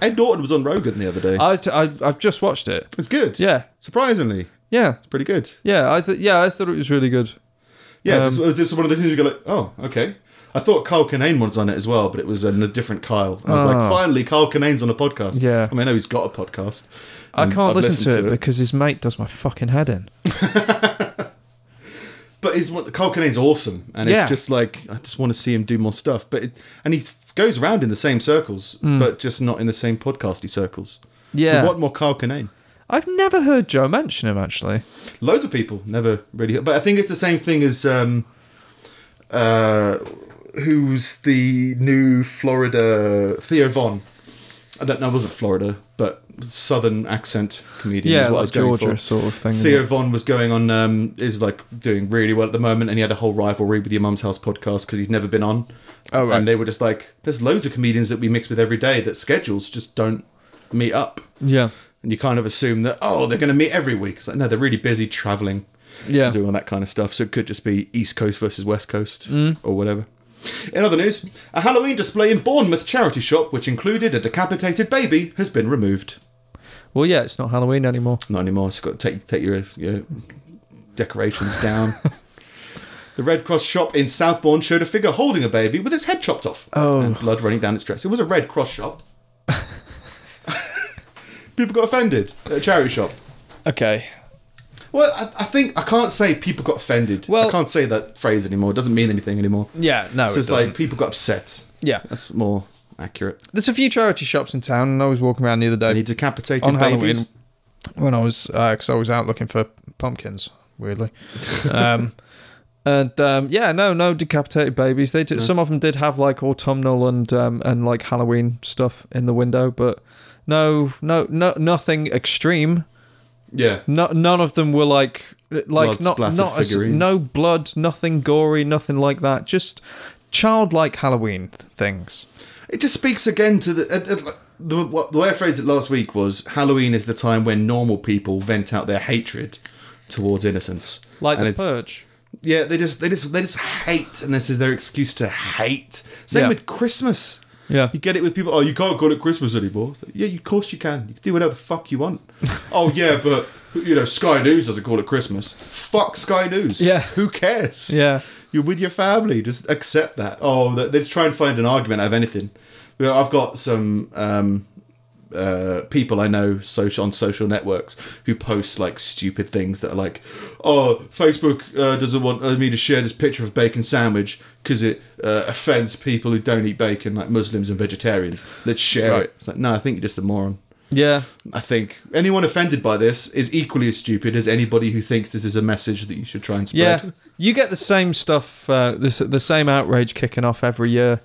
[SPEAKER 2] Ed Norton was on Rogan the other day.
[SPEAKER 4] I, t- I I've just watched it.
[SPEAKER 2] it's good.
[SPEAKER 4] Yeah.
[SPEAKER 2] Surprisingly,
[SPEAKER 4] Yeah.
[SPEAKER 2] pretty good.
[SPEAKER 4] Yeah, I th- yeah, I thought it was really good.
[SPEAKER 2] Yeah,
[SPEAKER 4] Um,
[SPEAKER 2] it's just, just one of those things you go like, oh, okay. I thought Kyle Kinane was on it as well, but it was a, a different Kyle. I was like,
[SPEAKER 4] Ah.
[SPEAKER 2] finally, Kyle Kinane's on a podcast.
[SPEAKER 4] Yeah.
[SPEAKER 2] I mean, I know he's got a podcast.
[SPEAKER 4] I
[SPEAKER 2] and
[SPEAKER 4] can't
[SPEAKER 2] Mm, I've
[SPEAKER 4] listen to
[SPEAKER 2] listened
[SPEAKER 4] it, because his mate does my fucking head in.
[SPEAKER 2] But he's one- Carl Kinane's awesome, and
[SPEAKER 4] Yeah.
[SPEAKER 2] it's just like I just want to see him do more stuff. But it, and he goes around in the same circles, but just not in the same podcasty circles.
[SPEAKER 4] Mm. Yeah.
[SPEAKER 2] We want more Carl Kinane?
[SPEAKER 4] I've never heard Joe mention him actually.
[SPEAKER 2] Loads of people never really, but I think it's the same thing as um, uh, who's the new Florida Theo Von. I don't know, it wasn't Florida, but southern accent comedian.
[SPEAKER 4] Yeah,
[SPEAKER 2] is what I
[SPEAKER 4] like
[SPEAKER 2] was going
[SPEAKER 4] Georgia
[SPEAKER 2] for.
[SPEAKER 4] sort of thing.
[SPEAKER 2] Theo Von was going on, um, is like doing really well at the moment, and he had a whole rivalry with Your Mum's House podcast because he's never been on.
[SPEAKER 4] Oh, right.
[SPEAKER 2] And they were just like, there's loads of comedians that we mix with every day that schedules just don't meet up.
[SPEAKER 4] Yeah.
[SPEAKER 2] And you kind of assume that, oh, they're going to meet every week. It's like, no, they're really busy traveling,
[SPEAKER 4] Yeah.
[SPEAKER 2] doing all that kind of stuff. So it could just be East Coast versus West Coast
[SPEAKER 4] Mm.
[SPEAKER 2] or whatever. In other news, a Halloween display in Bournemouth charity shop, which included a decapitated baby, has been removed.
[SPEAKER 4] Well, yeah, it's not Halloween anymore.
[SPEAKER 2] Not anymore. It's got to take take your, your decorations down. the Red Cross shop in Southbourne showed a figure holding a baby with its head chopped off
[SPEAKER 4] Oh.
[SPEAKER 2] and blood running down its dress. It was a Red Cross shop. people got offended at a charity shop.
[SPEAKER 4] Okay.
[SPEAKER 2] Well, I, I think I can't say people got offended.
[SPEAKER 4] Well-
[SPEAKER 2] I can't say that phrase anymore. It doesn't mean anything anymore.
[SPEAKER 4] Yeah, no,
[SPEAKER 2] So
[SPEAKER 4] it
[SPEAKER 2] it's like
[SPEAKER 4] doesn't.
[SPEAKER 2] people got upset.
[SPEAKER 4] Yeah.
[SPEAKER 2] That's more accurate.
[SPEAKER 4] There's a few charity shops in town, and I was walking around the other day.
[SPEAKER 2] And he decapitated
[SPEAKER 4] on
[SPEAKER 2] babies.
[SPEAKER 4] Halloween when I was because I was out looking for pumpkins. Weirdly, um, and um, yeah, no, no decapitated babies. They did, some of them did have like autumnal and um, and like Halloween stuff in the window, but no, no, no, nothing extreme.
[SPEAKER 2] Yeah.
[SPEAKER 4] No, none of them were like like
[SPEAKER 2] Blood
[SPEAKER 4] not
[SPEAKER 2] splattered
[SPEAKER 4] not as,
[SPEAKER 2] figurines.
[SPEAKER 4] no blood, nothing gory, nothing like that. Just childlike Halloween th- things.
[SPEAKER 2] It just speaks again to the. uh, uh, the, what- the way I phrased it last week was Halloween is the time when normal people vent out their hatred towards innocence.
[SPEAKER 4] Like
[SPEAKER 2] and
[SPEAKER 4] the
[SPEAKER 2] it's-
[SPEAKER 4] purge.
[SPEAKER 2] Yeah, they just they just they just hate, and this is their excuse to hate. Same
[SPEAKER 4] Yeah.
[SPEAKER 2] with Christmas.
[SPEAKER 4] Yeah.
[SPEAKER 2] You get it with people. Oh, you can't call it Christmas anymore. It's like, yeah, of course you can. You can do whatever the fuck you want. oh yeah, but you know Sky News doesn't call it Christmas. Fuck Sky News.
[SPEAKER 4] Yeah.
[SPEAKER 2] Who cares?
[SPEAKER 4] Yeah.
[SPEAKER 2] You're with your family. Just accept that. Oh, they, they try and find an argument out of anything. You know, I've got some um, uh, people I know social on social networks who post like stupid things that are like, "Oh, Facebook uh, doesn't want uh, me to share this picture of a bacon sandwich because it uh, offends people who don't eat bacon, like Muslims and vegetarians. Let's share
[SPEAKER 4] Right.
[SPEAKER 2] it." It's like, no, I think you're just a moron.
[SPEAKER 4] Yeah.
[SPEAKER 2] I think anyone offended by this is equally as stupid as anybody who thinks this is a message that you should try and spread.
[SPEAKER 4] Yeah, you get the same stuff, uh, this, the same outrage kicking off every year.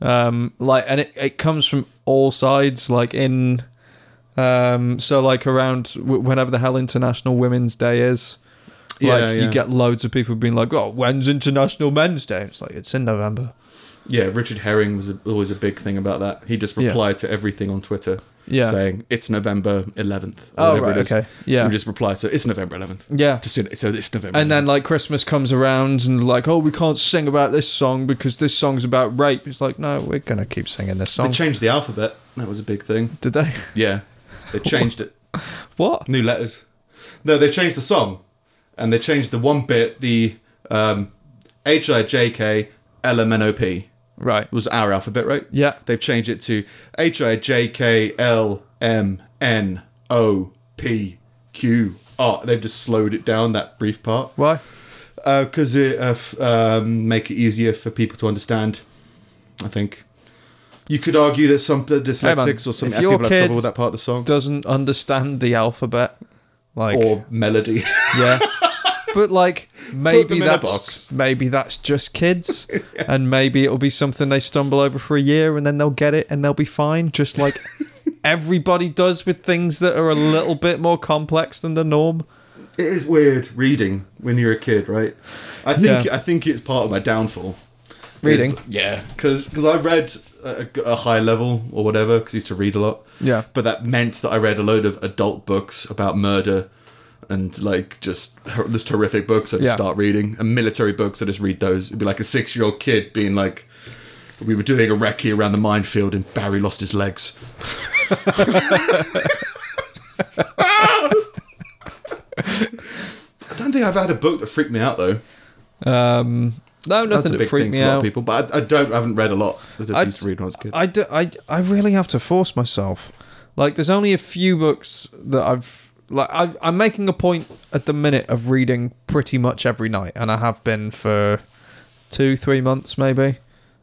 [SPEAKER 4] Um, like, and it, it comes from all sides. Like in, um, so like around w- whenever the hell International Women's Day is,
[SPEAKER 2] Yeah,
[SPEAKER 4] like
[SPEAKER 2] yeah.
[SPEAKER 4] you get loads of people being like, "Oh, when's International Men's Day?" It's like it's in November.
[SPEAKER 2] Yeah, Richard Herring was a, always a big thing about that. He just
[SPEAKER 4] Yeah.
[SPEAKER 2] replied to everything on Twitter
[SPEAKER 4] Yeah.
[SPEAKER 2] saying, it's November 11th. or
[SPEAKER 4] Oh,
[SPEAKER 2] whatever
[SPEAKER 4] right,
[SPEAKER 2] it is.
[SPEAKER 4] okay. Yeah.
[SPEAKER 2] He would just reply to, it's November 11th.
[SPEAKER 4] Yeah.
[SPEAKER 2] Just so so it's November.
[SPEAKER 4] And then
[SPEAKER 2] 11th.
[SPEAKER 4] like Christmas comes around and like, "Oh, we can't sing about this song because this song's about rape." It's like, "No, we're going to keep singing this
[SPEAKER 2] They
[SPEAKER 4] song."
[SPEAKER 2] changed the alphabet. That was a big thing.
[SPEAKER 4] Did they?
[SPEAKER 2] Yeah. They changed it.
[SPEAKER 4] What?
[SPEAKER 2] New letters. No, they changed the song. And they changed the one bit, the um, H-I-J-K-L-M-N-O-P
[SPEAKER 4] Right.
[SPEAKER 2] was our alphabet, right?
[SPEAKER 4] Yeah.
[SPEAKER 2] They've changed it to H I J K L M N O P Q R. They've just slowed it down that brief part
[SPEAKER 4] Why?
[SPEAKER 2] because it uh, f- um, make it easier for people to understand. I think you could argue that some the
[SPEAKER 4] man,
[SPEAKER 2] dyslexics or some
[SPEAKER 4] if your
[SPEAKER 2] people have
[SPEAKER 4] kid
[SPEAKER 2] trouble with that part of the song
[SPEAKER 4] Doesn't understand the alphabet. Like
[SPEAKER 2] or melody.
[SPEAKER 4] Yeah. But like maybe
[SPEAKER 2] in a
[SPEAKER 4] that's
[SPEAKER 2] box.
[SPEAKER 4] maybe that's just kids, and maybe it'll be something they stumble over for a year, and then they'll get it, and they'll be fine. Just like everybody does with things that are a little bit more complex than the norm.
[SPEAKER 2] it is weird reading when you're a kid, right? I think
[SPEAKER 4] Yeah.
[SPEAKER 2] I think it's part of my downfall.
[SPEAKER 4] Reading?
[SPEAKER 2] Is- yeah, because I read a, a high level or whatever because I used to read a lot.
[SPEAKER 4] Yeah.
[SPEAKER 2] but that meant that I read a load of adult books about murder and like just hor- just horrific books. I just
[SPEAKER 4] Yeah.
[SPEAKER 2] start reading and military books. I just read those. It'd be like a six year old kid being like. We were doing a recce around the minefield and Barry lost his legs. I don't think I've had a book that freaked me out though.
[SPEAKER 4] Um, no,
[SPEAKER 2] That's
[SPEAKER 4] nothing
[SPEAKER 2] a
[SPEAKER 4] that
[SPEAKER 2] big
[SPEAKER 4] freaked
[SPEAKER 2] thing
[SPEAKER 4] me
[SPEAKER 2] for a lot of
[SPEAKER 4] out.
[SPEAKER 2] people, but I, I don't. I haven't read a lot. I just
[SPEAKER 4] I
[SPEAKER 2] used to read when I was a kid.
[SPEAKER 4] I, do, I, I really have to force myself. Like, there's only a few books that I've. Like, i I'm making a point at the minute of reading pretty much every night, and I have been for two, three months maybe.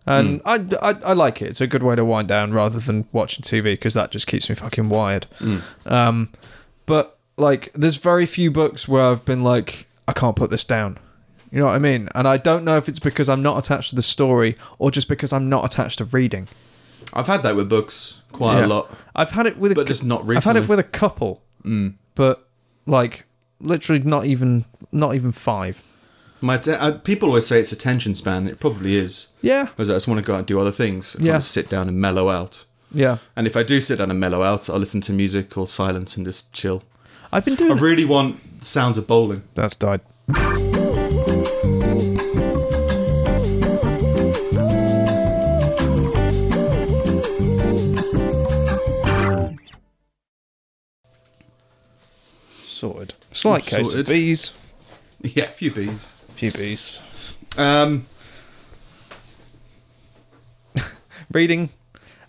[SPEAKER 4] And I, I, I like it. It's a good way to wind down rather than watching TV because that just keeps me fucking wired. Um, but, like, there's very few books where I've been like, I can't put this down. You know what I mean? And I don't know if it's because I'm not attached to the story or just because I'm not attached to reading.
[SPEAKER 2] I've had that with books quite
[SPEAKER 4] Yeah.
[SPEAKER 2] a lot.
[SPEAKER 4] I've had it with, a,
[SPEAKER 2] But
[SPEAKER 4] cou-
[SPEAKER 2] just not
[SPEAKER 4] I've had
[SPEAKER 2] recently. Mm.
[SPEAKER 4] it with a couple, but like literally not even, not even five.
[SPEAKER 2] My da- I, people always say it's attention span. It probably is.
[SPEAKER 4] Yeah,
[SPEAKER 2] Because I just want to go out and do other things. I
[SPEAKER 4] Yeah.
[SPEAKER 2] want to sit down and mellow out.
[SPEAKER 4] yeah.
[SPEAKER 2] And if I do sit down and mellow out, I'll listen to music or silence and just chill.
[SPEAKER 4] I've been
[SPEAKER 2] I
[SPEAKER 4] doing.
[SPEAKER 2] really want sounds of bowling.
[SPEAKER 4] That's died. Sorted. Slight case
[SPEAKER 2] Sorted.
[SPEAKER 4] of bees.
[SPEAKER 2] Yeah, a few bees.
[SPEAKER 4] Few bees.
[SPEAKER 2] Um,
[SPEAKER 4] Reading.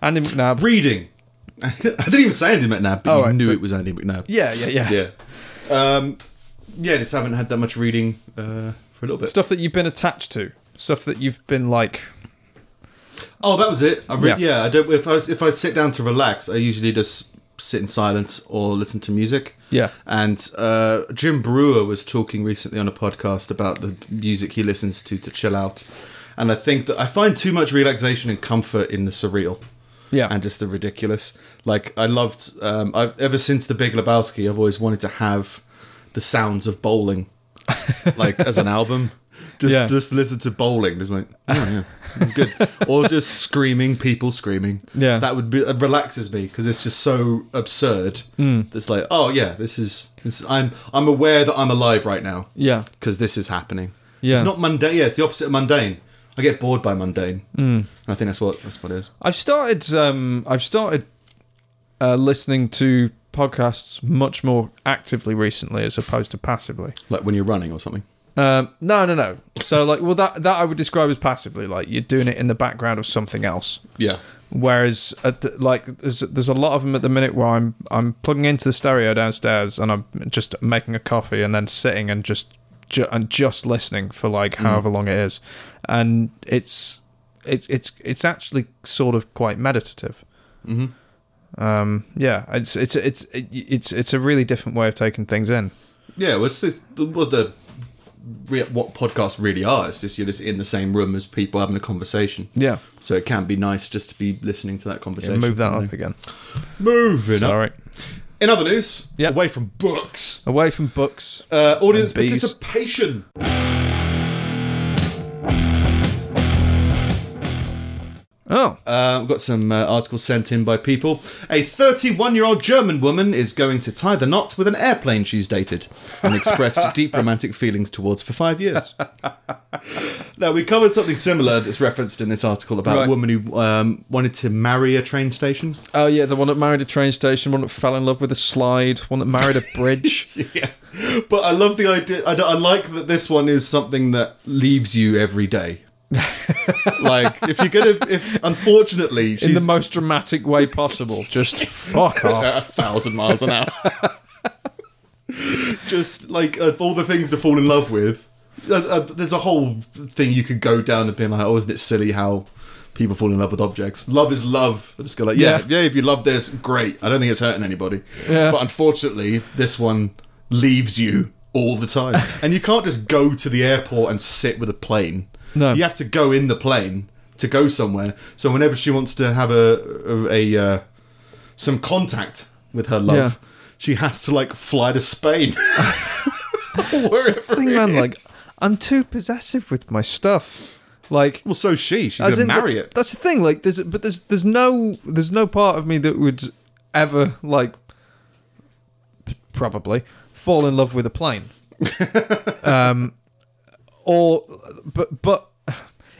[SPEAKER 4] Andy McNabb.
[SPEAKER 2] reading. I didn't even say Andy McNabb, but
[SPEAKER 4] Oh,
[SPEAKER 2] you
[SPEAKER 4] right,
[SPEAKER 2] knew
[SPEAKER 4] but-
[SPEAKER 2] it was Andy McNabb.
[SPEAKER 4] yeah, yeah, yeah,
[SPEAKER 2] Yeah. Um, yeah, just haven't had that much reading uh, for a little bit.
[SPEAKER 4] Stuff that you've been attached to. Stuff that you've been like.
[SPEAKER 2] Oh, that was it. I re-
[SPEAKER 4] Yeah.
[SPEAKER 2] yeah. I don't. If I was- if I sit down to relax, I usually just sit in silence or listen to music.
[SPEAKER 4] Yeah.
[SPEAKER 2] And uh, Jim Brewer was talking recently on a podcast about the music he listens to to chill out, and I think that I find too much relaxation and comfort in the surreal
[SPEAKER 4] Yeah.
[SPEAKER 2] and just the ridiculous. Like I loved. Um, I ever since the Big Lebowski, I've always wanted to have the sounds of bowling, like as an album. Just
[SPEAKER 4] Yeah.
[SPEAKER 2] just listen to bowling. Just like oh, yeah, it's good. or just screaming, people screaming.
[SPEAKER 4] Yeah.
[SPEAKER 2] that would be it relaxes me because it's just so absurd.
[SPEAKER 4] Mm.
[SPEAKER 2] It's like oh yeah, this is this. I'm I'm aware that I'm alive right now
[SPEAKER 4] yeah.
[SPEAKER 2] because this is happening.
[SPEAKER 4] Yeah.
[SPEAKER 2] It's not mundane. Yeah, it's the opposite of mundane. I get bored by mundane. Mm. And I think that's what that's what it is.
[SPEAKER 4] I've started. Um, I've started uh, listening to podcasts much more actively recently, as opposed to passively.
[SPEAKER 2] Like when you're running or something.
[SPEAKER 4] Um, no, no, no. So, like, well, that that I would describe as passively. Like, you're doing it in the background of something else.
[SPEAKER 2] Yeah.
[SPEAKER 4] Whereas, at the, like, there's there's a lot of them at the minute where I'm I'm plugging into the stereo downstairs and I'm just making a coffee and then sitting and just ju- and just listening for like
[SPEAKER 1] Mm.
[SPEAKER 4] however long it is, and it's it's it's it's actually sort of quite meditative. Mm-hmm. Um, yeah, it's it's it's it's it's a really different way of taking things in.
[SPEAKER 2] Yeah, well, it's just what the re- what podcasts really are. It's just you're just in the same room as people having a conversation.
[SPEAKER 4] Yeah,
[SPEAKER 2] So it can be nice just to be listening to that conversation.
[SPEAKER 4] move that up again.
[SPEAKER 2] Moving
[SPEAKER 4] Sorry.
[SPEAKER 2] In other news,
[SPEAKER 1] Yep.
[SPEAKER 2] away from books,
[SPEAKER 1] Away from books.
[SPEAKER 2] uh, audience
[SPEAKER 1] And bees.
[SPEAKER 2] participation.
[SPEAKER 1] Oh,
[SPEAKER 2] Uh, I've got some uh, articles sent in by people. A 31 year old German woman is going to tie the knot with an airplane she's dated and expressed deep romantic feelings towards for five years. now, we covered something similar that's referenced in this article about
[SPEAKER 1] Right.
[SPEAKER 2] a woman who um, wanted to marry a train station.
[SPEAKER 1] oh yeah, the one that married a train station, one that fell in love with a slide, one that married a bridge.
[SPEAKER 2] yeah. But I love the idea. I, I like that this one is something that leaves you every day. like if you're gonna, if unfortunately she's
[SPEAKER 1] in the most dramatic way possible. Just fuck
[SPEAKER 2] a
[SPEAKER 1] off.
[SPEAKER 2] thousand miles an hour. Just like of all the things to fall in love with, uh, uh, there's a whole thing you could go down and be like, oh, isn't it silly how people fall in love with objects? Love is love. I just go like, yeah,
[SPEAKER 1] Yeah.
[SPEAKER 2] yeah, If you love this, great. I don't think it's hurting anybody.
[SPEAKER 1] Yeah.
[SPEAKER 2] But unfortunately, this one leaves you all the time, and you can't just go to the airport and sit with a plane.
[SPEAKER 1] No.
[SPEAKER 2] you have to go in the plane to go somewhere. So whenever she wants to have a a, a uh, some contact with her love,
[SPEAKER 1] Yeah.
[SPEAKER 2] she has to like fly to Spain. Wherever
[SPEAKER 1] Thing,
[SPEAKER 2] it
[SPEAKER 1] man, like
[SPEAKER 2] is.
[SPEAKER 1] I'm too possessive with my stuff. Like
[SPEAKER 2] well, so she she's
[SPEAKER 1] As
[SPEAKER 2] gonna
[SPEAKER 1] in,
[SPEAKER 2] marry
[SPEAKER 1] th-
[SPEAKER 2] it.
[SPEAKER 1] That's the thing. Like, there's but there's there's no there's no part of me that would ever like p- probably fall in love with a plane. um, or but but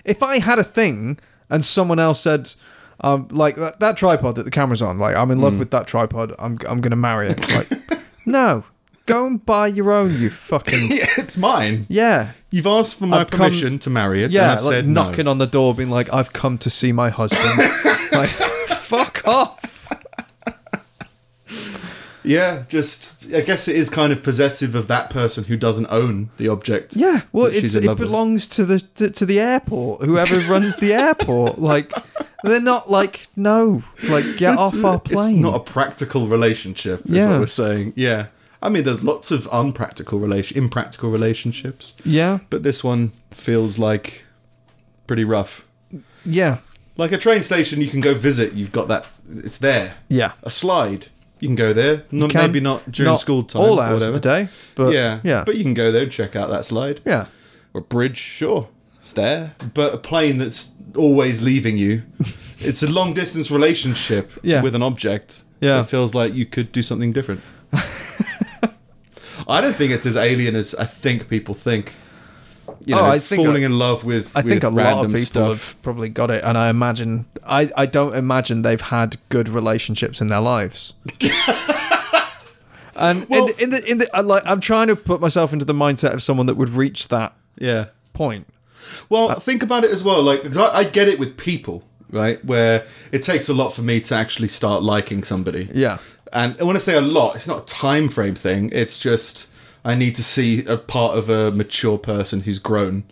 [SPEAKER 1] if I had a thing and someone else said. Um, like that, that tripod that the camera's on. Like I'm in
[SPEAKER 2] Mm.
[SPEAKER 1] love with that tripod. I'm I'm gonna marry it. Like, no, go and buy your own. You fucking
[SPEAKER 2] yeah, it's mine.
[SPEAKER 1] yeah.
[SPEAKER 2] You've asked for my
[SPEAKER 1] I've come-
[SPEAKER 2] permission to marry it, and
[SPEAKER 1] Yeah,
[SPEAKER 2] I've
[SPEAKER 1] like
[SPEAKER 2] said
[SPEAKER 1] knocking
[SPEAKER 2] no.
[SPEAKER 1] on the door, being like, "I've come to see my husband." like, fuck off.
[SPEAKER 2] Yeah, just I guess it is kind of possessive of that person who doesn't own the object.
[SPEAKER 1] Yeah, well,
[SPEAKER 2] that she's
[SPEAKER 1] it's,
[SPEAKER 2] in
[SPEAKER 1] it
[SPEAKER 2] love with.
[SPEAKER 1] belongs to the to, to the airport. Whoever runs the airport, like, they're not like, no, like, get off our plane.
[SPEAKER 2] It's not a practical relationship, is
[SPEAKER 1] Yeah.
[SPEAKER 2] what we're saying. Yeah. I mean, there's lots of unpractical relation, impractical relationships,
[SPEAKER 1] yeah,
[SPEAKER 2] but this one feels like pretty rough.
[SPEAKER 1] yeah,
[SPEAKER 2] Like a train station, you can go visit. You've got that; it's there.
[SPEAKER 1] yeah.
[SPEAKER 2] A slide, you can go there. Not,
[SPEAKER 1] Can-
[SPEAKER 2] maybe not during school time.
[SPEAKER 1] all
[SPEAKER 2] or
[SPEAKER 1] hours
[SPEAKER 2] whatever.
[SPEAKER 1] of the day, but
[SPEAKER 2] yeah,
[SPEAKER 1] yeah,
[SPEAKER 2] But you can go there and check out that slide.
[SPEAKER 1] yeah.
[SPEAKER 2] Or bridge, sure, it's there. But a plane that's always leaving you. it's a long distance relationship
[SPEAKER 1] Yeah.
[SPEAKER 2] with an object.
[SPEAKER 1] Yeah.
[SPEAKER 2] It feels like you could do something different. I don't think it's as alien as I think people think. You
[SPEAKER 1] Oh,
[SPEAKER 2] know,
[SPEAKER 1] I think
[SPEAKER 2] falling
[SPEAKER 1] I-
[SPEAKER 2] in love with
[SPEAKER 1] I think
[SPEAKER 2] with
[SPEAKER 1] a lot of
[SPEAKER 2] random
[SPEAKER 1] people
[SPEAKER 2] stuff.
[SPEAKER 1] have probably got it, and I imagine I, I don't imagine they've had good relationships in their lives. and in-
[SPEAKER 2] Well-
[SPEAKER 1] in, the in the I like, I'm trying to put myself into the mindset of someone that would reach that
[SPEAKER 2] yeah.
[SPEAKER 1] point. Uh,
[SPEAKER 2] Well, think about it as well. Like, 'cause I, I get it with people, right? Where it takes a lot for me to actually start liking somebody.
[SPEAKER 1] Yeah.
[SPEAKER 2] And when I say a lot, it's not a time frame thing. It's just I need to see a part of a mature person who's grown,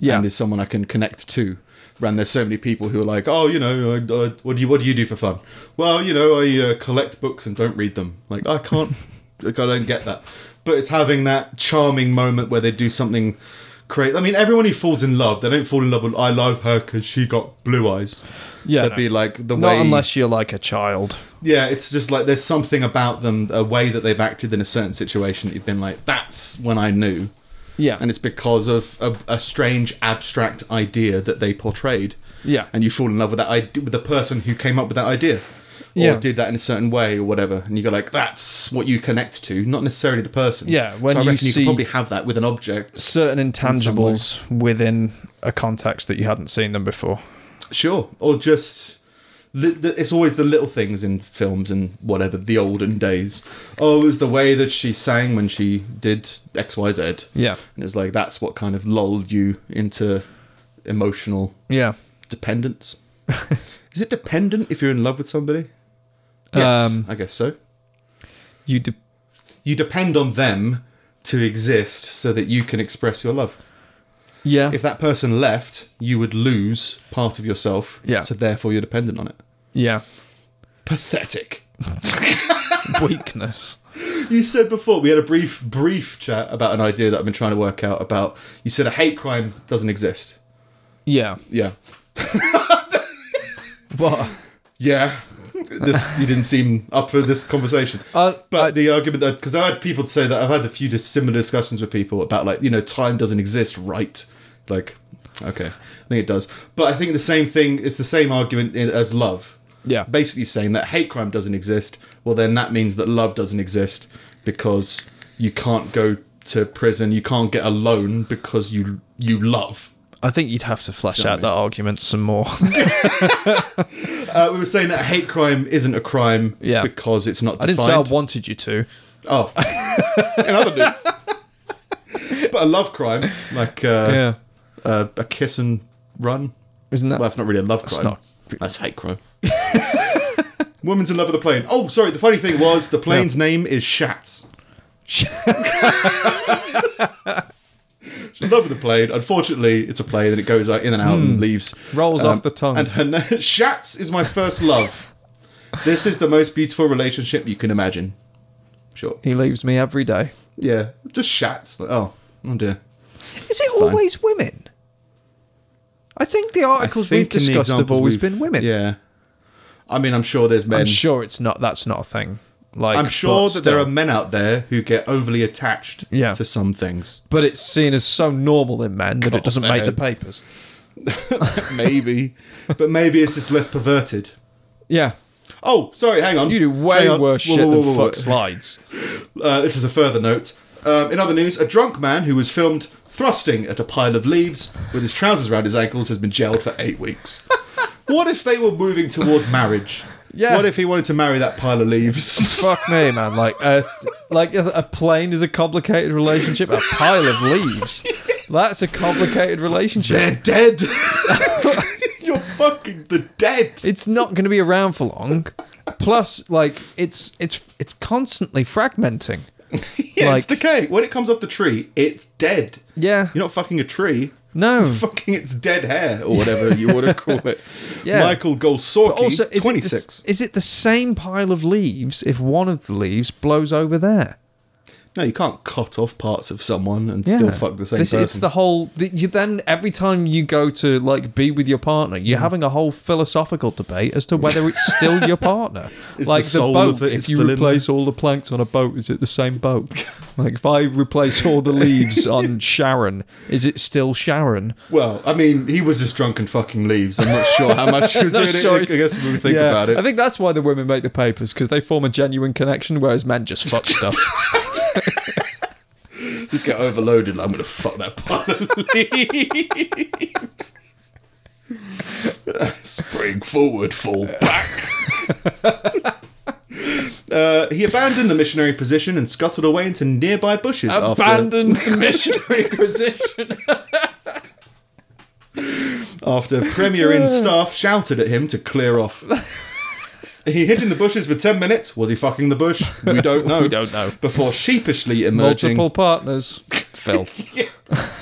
[SPEAKER 1] Yeah.
[SPEAKER 2] and is someone I can connect to. And there's so many people who are like, oh, you know, I, I, what do you what do you do for fun? Well, you know, I uh, collect books and don't read them. Like I can't, like, I don't get that. But it's having that charming moment where they do something. Create. I mean, everyone who falls in love, they don't fall in love with "I love her because she got blue eyes."
[SPEAKER 1] Yeah,
[SPEAKER 2] that'd
[SPEAKER 1] no.
[SPEAKER 2] be like the
[SPEAKER 1] Not
[SPEAKER 2] way
[SPEAKER 1] unless you're like a child.
[SPEAKER 2] yeah, it's just like there's something about them, a way that they've acted in a certain situation that you've been like, that's when I knew.
[SPEAKER 1] Yeah.
[SPEAKER 2] And it's because of a, a strange abstract idea that they portrayed.
[SPEAKER 1] Yeah.
[SPEAKER 2] And you fall in love with that idea, with the person who came up with that idea. Or
[SPEAKER 1] Yeah.
[SPEAKER 2] did that in a certain way or whatever. And you go like, that's what you connect to, not necessarily the person.
[SPEAKER 1] Yeah, when
[SPEAKER 2] so I
[SPEAKER 1] you
[SPEAKER 2] reckon you
[SPEAKER 1] see-
[SPEAKER 2] could probably have that with an object.
[SPEAKER 1] certain
[SPEAKER 2] some way.
[SPEAKER 1] intangibles within a context that you hadn't seen them before.
[SPEAKER 2] Sure, or just the, the, it's always the little things in films and whatever the olden days. Oh, it was the way that she sang when she did X Y Z.
[SPEAKER 1] Yeah.
[SPEAKER 2] and it's like that's what kind of lulled you into emotional
[SPEAKER 1] Yeah.
[SPEAKER 2] dependence. Is it dependent if you're in love with somebody?
[SPEAKER 1] Um,
[SPEAKER 2] I guess so.
[SPEAKER 1] You de-
[SPEAKER 2] You depend on them to exist so that you can express your love.
[SPEAKER 1] yeah.
[SPEAKER 2] If that person left, you would lose part of yourself.
[SPEAKER 1] Yeah.
[SPEAKER 2] So therefore, you're dependent on it.
[SPEAKER 1] yeah.
[SPEAKER 2] Pathetic.
[SPEAKER 1] Weakness.
[SPEAKER 2] You said before we had a brief, brief chat about an idea that I've been trying to work out about. You said a hate crime doesn't exist.
[SPEAKER 1] Yeah.
[SPEAKER 2] Yeah.
[SPEAKER 1] But
[SPEAKER 2] Yeah. this you didn't seem up for this conversation.
[SPEAKER 4] Uh,
[SPEAKER 2] but
[SPEAKER 4] I-
[SPEAKER 2] the argument that because I had people say that I've had a few dis- similar discussions with people about like you know time doesn't exist, right? Like, okay, I think it does, but I think the same thing. It's the same argument in, as love.
[SPEAKER 4] Yeah.
[SPEAKER 2] basically saying that hate crime doesn't exist. Well, then that means that love doesn't exist because you can't go to prison, you can't get a loan because you you love.
[SPEAKER 4] I think you'd have to flesh out that argument some more.
[SPEAKER 2] Uh, we were saying that hate crime isn't a crime
[SPEAKER 4] Yeah.
[SPEAKER 2] because it's not
[SPEAKER 4] I didn't
[SPEAKER 2] defined.
[SPEAKER 4] say I wanted you to.
[SPEAKER 2] Oh, in other news, but a love crime like uh, uh, a kiss and run.
[SPEAKER 4] Isn't that?
[SPEAKER 2] Well, that's not really a love crime.
[SPEAKER 4] not-
[SPEAKER 2] That's hate crime. Woman's in love with the plane. Oh, sorry. The funny thing was the plane's name is Shats. She's in love with the plane. Unfortunately, it's a plane and it goes uh, in and out and leaves.
[SPEAKER 4] Hmm.
[SPEAKER 2] um,
[SPEAKER 4] Rolls off the tongue.
[SPEAKER 2] And her name, Shats is my first love. this is the most beautiful relationship you can imagine. Sure.
[SPEAKER 4] he leaves me every day.
[SPEAKER 2] Yeah. Just Shats. Like, Oh, oh dear.
[SPEAKER 4] Is it always women? I think the
[SPEAKER 2] I
[SPEAKER 4] articles
[SPEAKER 2] think
[SPEAKER 4] we've
[SPEAKER 2] in the
[SPEAKER 4] discussed have
[SPEAKER 2] examples
[SPEAKER 4] always
[SPEAKER 2] we've-
[SPEAKER 4] been women.
[SPEAKER 2] Yeah. I mean, I'm sure there's men.
[SPEAKER 4] I'm sure it's not. That's not a thing. Like
[SPEAKER 2] I'm sure that
[SPEAKER 4] but
[SPEAKER 2] there are
[SPEAKER 4] still.
[SPEAKER 2] men out there who get overly attached
[SPEAKER 4] Yeah.
[SPEAKER 2] to some things.
[SPEAKER 4] but it's seen as so normal in men that it doesn't
[SPEAKER 2] their
[SPEAKER 4] make the
[SPEAKER 2] heads.
[SPEAKER 4] papers.
[SPEAKER 2] maybe. but maybe it's just less perverted.
[SPEAKER 4] Yeah,
[SPEAKER 2] Oh, sorry, hang on.
[SPEAKER 4] you do way
[SPEAKER 2] Hang on.
[SPEAKER 4] worse
[SPEAKER 2] Whoa,
[SPEAKER 4] shit
[SPEAKER 2] whoa, whoa,
[SPEAKER 4] than
[SPEAKER 2] whoa,
[SPEAKER 4] fuck slides.
[SPEAKER 2] whoa. Uh, this is a further note. Um, in other news, a drunk man who was filmed thrusting at a pile of leaves with his trousers around his ankles has been jailed for eight weeks. what if they were moving towards marriage?
[SPEAKER 4] Yeah.
[SPEAKER 2] What if he wanted to marry that pile of leaves?
[SPEAKER 4] Fuck me, man. Like a like a, a plane is a complicated relationship. A pile of leaves. That's a complicated relationship.
[SPEAKER 2] They're dead. You're fucking the dead.
[SPEAKER 4] it's not going to be around for long. Plus, like it's it's it's constantly fragmenting.
[SPEAKER 2] Yeah,
[SPEAKER 4] Like-
[SPEAKER 2] it's decay. When it comes off the tree, it's dead.
[SPEAKER 4] Yeah.
[SPEAKER 2] You're not fucking a tree.
[SPEAKER 4] No.
[SPEAKER 2] Fucking it's dead hair or whatever you want to call it.
[SPEAKER 4] Yeah.
[SPEAKER 2] Michael Golsorki,
[SPEAKER 4] Also, is it, the,
[SPEAKER 2] 26.
[SPEAKER 4] s- is it the same pile of leaves if one of the leaves blows over there?
[SPEAKER 2] No, you can't cut off parts of someone and still fuck the same
[SPEAKER 4] This-
[SPEAKER 2] person.
[SPEAKER 4] It's the whole. the- You then every time you go to like be with your partner,
[SPEAKER 2] Mm.
[SPEAKER 4] you're having a whole philosophical debate as to whether it's still your partner.
[SPEAKER 2] Is
[SPEAKER 4] like
[SPEAKER 2] the
[SPEAKER 4] the,
[SPEAKER 2] soul
[SPEAKER 4] boat.
[SPEAKER 2] of it
[SPEAKER 4] if
[SPEAKER 2] is
[SPEAKER 4] you
[SPEAKER 2] still in
[SPEAKER 4] replace all the planks on a boat, is it the same boat? like if I replace all the leaves on Sharon, is it still Sharon?
[SPEAKER 2] well, I mean, he was just drunk and fucking leaves. I'm not sure how much he was doing it. I guess when we think
[SPEAKER 4] Yeah.
[SPEAKER 2] about it.
[SPEAKER 4] I think that's why the women make the papers because they form a genuine connection, whereas men just fuck stuff.
[SPEAKER 2] just get overloaded. Like, I'm gonna fuck that pile of leaves. Spring forward, fall back. uh, he abandoned the missionary position and scuttled away into nearby bushes.
[SPEAKER 4] Abandoned missionary position.
[SPEAKER 2] After, after Premier Inn staff shouted at him to clear off. He hid in the bushes for ten minutes. Was he fucking the bush? We don't know. we
[SPEAKER 4] don't know.
[SPEAKER 2] Before sheepishly emerging,
[SPEAKER 4] Multiple partners. Filth.
[SPEAKER 2] Yeah.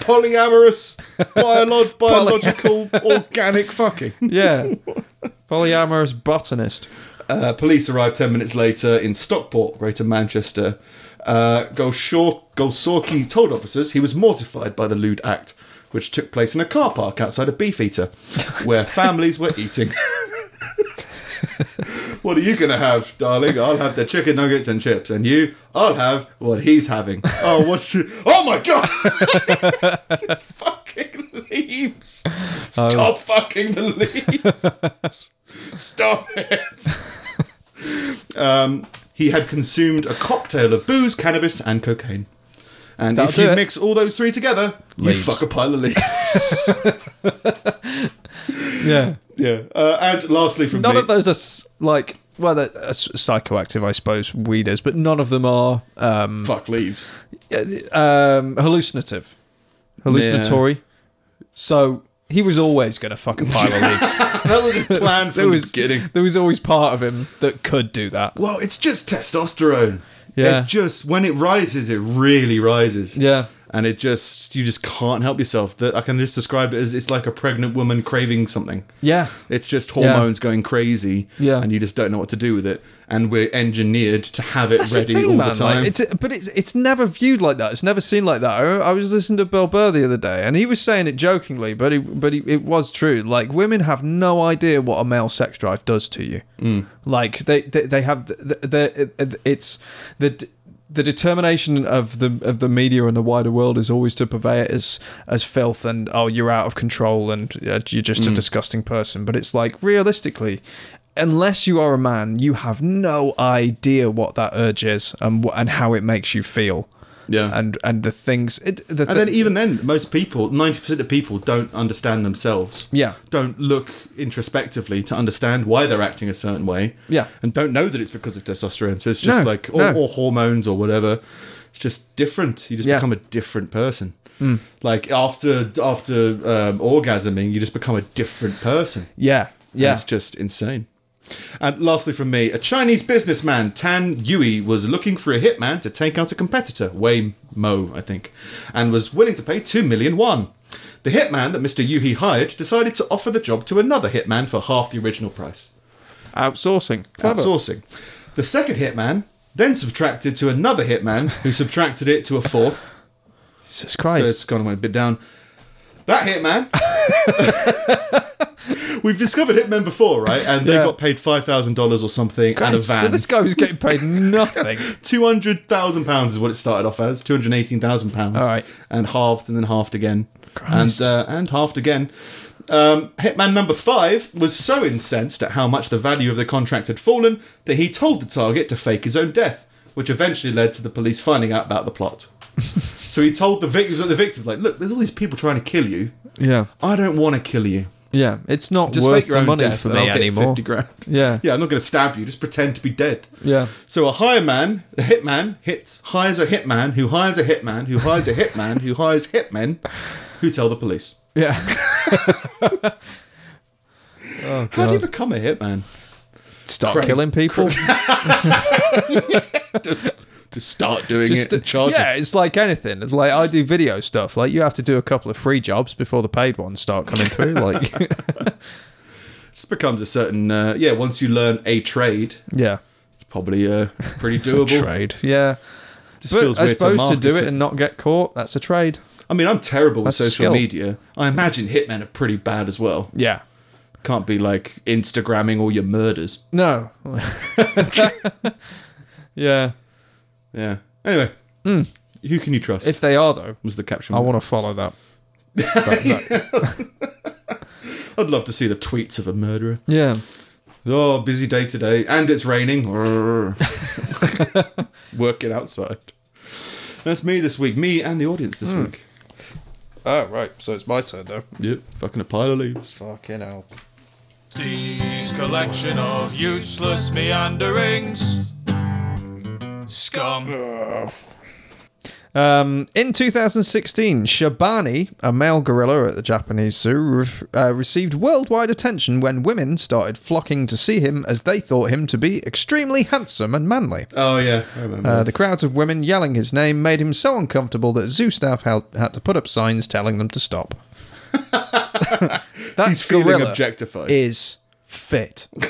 [SPEAKER 2] polyamorous, biolog- biological, organic fucking.
[SPEAKER 4] Yeah. Polyamorous botanist.
[SPEAKER 2] Uh, police arrived 10 minutes later in Stockport, Greater Manchester. Uh, Golshaw- Golsorki told officers he was mortified by the lewd act, which took place in a car park outside a beefeater, where families were eating. what are you going to have, darling? I'll have the chicken nuggets and chips, and you, I'll have what he's having. Oh, what's. Oh my god! Just fucking leaves! Stop
[SPEAKER 4] Oh.
[SPEAKER 2] fucking the leaves! Stop it! um, he had consumed a cocktail of booze, cannabis, and cocaine. And if
[SPEAKER 4] That'll
[SPEAKER 2] you
[SPEAKER 4] do it.
[SPEAKER 2] mix all those three together,
[SPEAKER 4] Leaves.
[SPEAKER 2] you fuck a pile of leaves.
[SPEAKER 4] Yeah.
[SPEAKER 2] yeah. Uh, and lastly, from
[SPEAKER 4] None
[SPEAKER 2] me,
[SPEAKER 4] of those are s- like, well, they're uh, s- psychoactive, I suppose, weed is, but none of them are um,
[SPEAKER 2] fuck leaves.
[SPEAKER 4] um, hallucinative, hallucinatory. So he was always going to fuck a pile of leaves.
[SPEAKER 2] that was his plan from
[SPEAKER 4] There was,
[SPEAKER 2] the beginning.
[SPEAKER 4] there was always part of him that could do that.
[SPEAKER 2] Well, it's just testosterone.
[SPEAKER 4] Yeah.
[SPEAKER 2] It just when it rises, it really rises.
[SPEAKER 4] Yeah.
[SPEAKER 2] and it just you just can't help yourself. That I can just describe it as it's like a pregnant woman craving something.
[SPEAKER 1] Yeah.
[SPEAKER 2] It's just hormones going crazy,
[SPEAKER 1] Yeah.
[SPEAKER 2] and you just don't know what to do with it. And we're engineered to have it
[SPEAKER 1] That's
[SPEAKER 2] ready
[SPEAKER 1] the thing,
[SPEAKER 2] all
[SPEAKER 1] man.
[SPEAKER 2] the time.
[SPEAKER 1] Like, it's, but it's it's never viewed like that. It's never seen like that. I, I was listening to Bill Burr the other day, and he was saying it jokingly, but he, but he, it was true. Like women have no idea what a male sex drive does to you.
[SPEAKER 2] Mm.
[SPEAKER 1] Like they, they they have the, the, the it's the. d- The determination of the of the media and the wider world is always to purvey it as as filth and oh you're out of control and uh, you're just
[SPEAKER 2] Mm.
[SPEAKER 1] a disgusting person. But it's like realistically, unless you are a man, you have no idea what that urge is and wh- and how it makes you feel.
[SPEAKER 2] Yeah.
[SPEAKER 1] And and the things. It, the
[SPEAKER 2] and then
[SPEAKER 1] thi-
[SPEAKER 2] even then, most people, ninety percent of people, don't understand themselves.
[SPEAKER 1] Yeah.
[SPEAKER 2] Don't look introspectively to understand why they're acting a certain way.
[SPEAKER 1] Yeah.
[SPEAKER 2] And don't know that it's because of testosterone. So it's just
[SPEAKER 1] No,
[SPEAKER 2] like or,
[SPEAKER 1] no.
[SPEAKER 2] or hormones or whatever. It's just different. You just
[SPEAKER 1] Yeah. Mm.
[SPEAKER 2] become a different person. Like after after um, orgasming, you just become a different person.
[SPEAKER 1] yeah yeah.
[SPEAKER 2] It's just insane. And lastly, from me, a Chinese businessman, Tan Yui, was looking for a hitman to take out a competitor, Wei Mo, I think, and was willing to pay 2 million won. The hitman that Mr. Yui hired decided to offer the job to another hitman for half the original price
[SPEAKER 1] Outsourcing. Clever.
[SPEAKER 2] outsourcing. The second hitman then subtracted to another hitman who subtracted it to a fourth.
[SPEAKER 1] Jesus
[SPEAKER 2] So
[SPEAKER 1] Christ.
[SPEAKER 2] it's gone a bit down. That hitman. We've discovered hitmen before, right? And they
[SPEAKER 1] Yeah.
[SPEAKER 2] got paid five thousand dollars or something and a
[SPEAKER 1] Christ, So
[SPEAKER 2] van.
[SPEAKER 1] this guy was getting paid nothing.
[SPEAKER 2] Two hundred thousand pounds is what it started off as. Two hundred eighteen thousand pounds.
[SPEAKER 1] All right.
[SPEAKER 2] And halved and then halved again.
[SPEAKER 1] Christ.
[SPEAKER 2] And uh, and halved again. Um, hitman number five was so incensed at how much the value of the contract had fallen that he told the target to fake his own death, which eventually led to the police finding out about the plot. so he told the victims, the victims, like, look, there's all these people trying to kill you.
[SPEAKER 1] yeah.
[SPEAKER 2] I don't want to kill you.
[SPEAKER 1] Yeah. It's not
[SPEAKER 2] Just
[SPEAKER 1] worth
[SPEAKER 2] fake your
[SPEAKER 1] the
[SPEAKER 2] own
[SPEAKER 1] money
[SPEAKER 2] death
[SPEAKER 1] for
[SPEAKER 2] and
[SPEAKER 1] me
[SPEAKER 2] I'll get
[SPEAKER 1] anymore.
[SPEAKER 2] 50 grand.
[SPEAKER 1] Yeah.
[SPEAKER 2] Yeah, I'm not going to stab you. Just pretend to be dead.
[SPEAKER 1] Yeah.
[SPEAKER 2] So a hire man, a hitman, hits, hires a hitman who hires a hitman who hires a hitman who hires hitmen who tell the police.
[SPEAKER 1] Yeah. oh,
[SPEAKER 2] How do you
[SPEAKER 1] God.
[SPEAKER 2] become a hitman?
[SPEAKER 1] Start
[SPEAKER 2] crank-
[SPEAKER 1] killing people.
[SPEAKER 2] Just start doing
[SPEAKER 1] Just-
[SPEAKER 2] it and charge
[SPEAKER 1] yeah,
[SPEAKER 2] it.
[SPEAKER 1] it's like anything. It's like I do video stuff. Like you have to do a couple of free jobs before the paid ones start coming through. Like,
[SPEAKER 2] Just becomes a certain uh, yeah. Once you learn a trade,
[SPEAKER 1] yeah.
[SPEAKER 2] it's probably uh, pretty doable.
[SPEAKER 1] trade. Yeah.
[SPEAKER 2] Just
[SPEAKER 1] But I suppose to,
[SPEAKER 2] market
[SPEAKER 1] do it and not get caught, that's a trade.
[SPEAKER 2] I mean, I'm terrible with
[SPEAKER 1] That's a skill.
[SPEAKER 2] social media. I imagine hitmen are pretty bad as well.
[SPEAKER 1] Yeah.
[SPEAKER 2] Can't be like Instagramming all your murders.
[SPEAKER 1] No. yeah.
[SPEAKER 2] Yeah. Anyway, who can you trust?
[SPEAKER 1] Hmm. If they are though,
[SPEAKER 2] was the caption.
[SPEAKER 1] I want to follow that. That- that-
[SPEAKER 2] I'd love to see the tweets of a murderer.
[SPEAKER 1] yeah.
[SPEAKER 2] Oh, busy day today, and it's raining. Working outside. That's me this week. Me and the audience this week.
[SPEAKER 1] Oh right. So it's my turn now.
[SPEAKER 2] Yep, fucking a pile of leaves.
[SPEAKER 1] Fucking hell.
[SPEAKER 3] Steve's collection of useless meanderings. Scum.
[SPEAKER 1] Um, in 2016, Shabani, a male gorilla at the Japanese zoo, re- uh, received worldwide attention when women started flocking to see him as they thought him to be extremely handsome and manly.
[SPEAKER 2] Oh yeah, I remember.
[SPEAKER 1] Uh, the crowds of women yelling his name made him so uncomfortable that zoo staff held, had to put up signs telling them to stop. that
[SPEAKER 2] He's feeling
[SPEAKER 1] gorilla
[SPEAKER 2] objectified.
[SPEAKER 1] is fit.
[SPEAKER 2] did,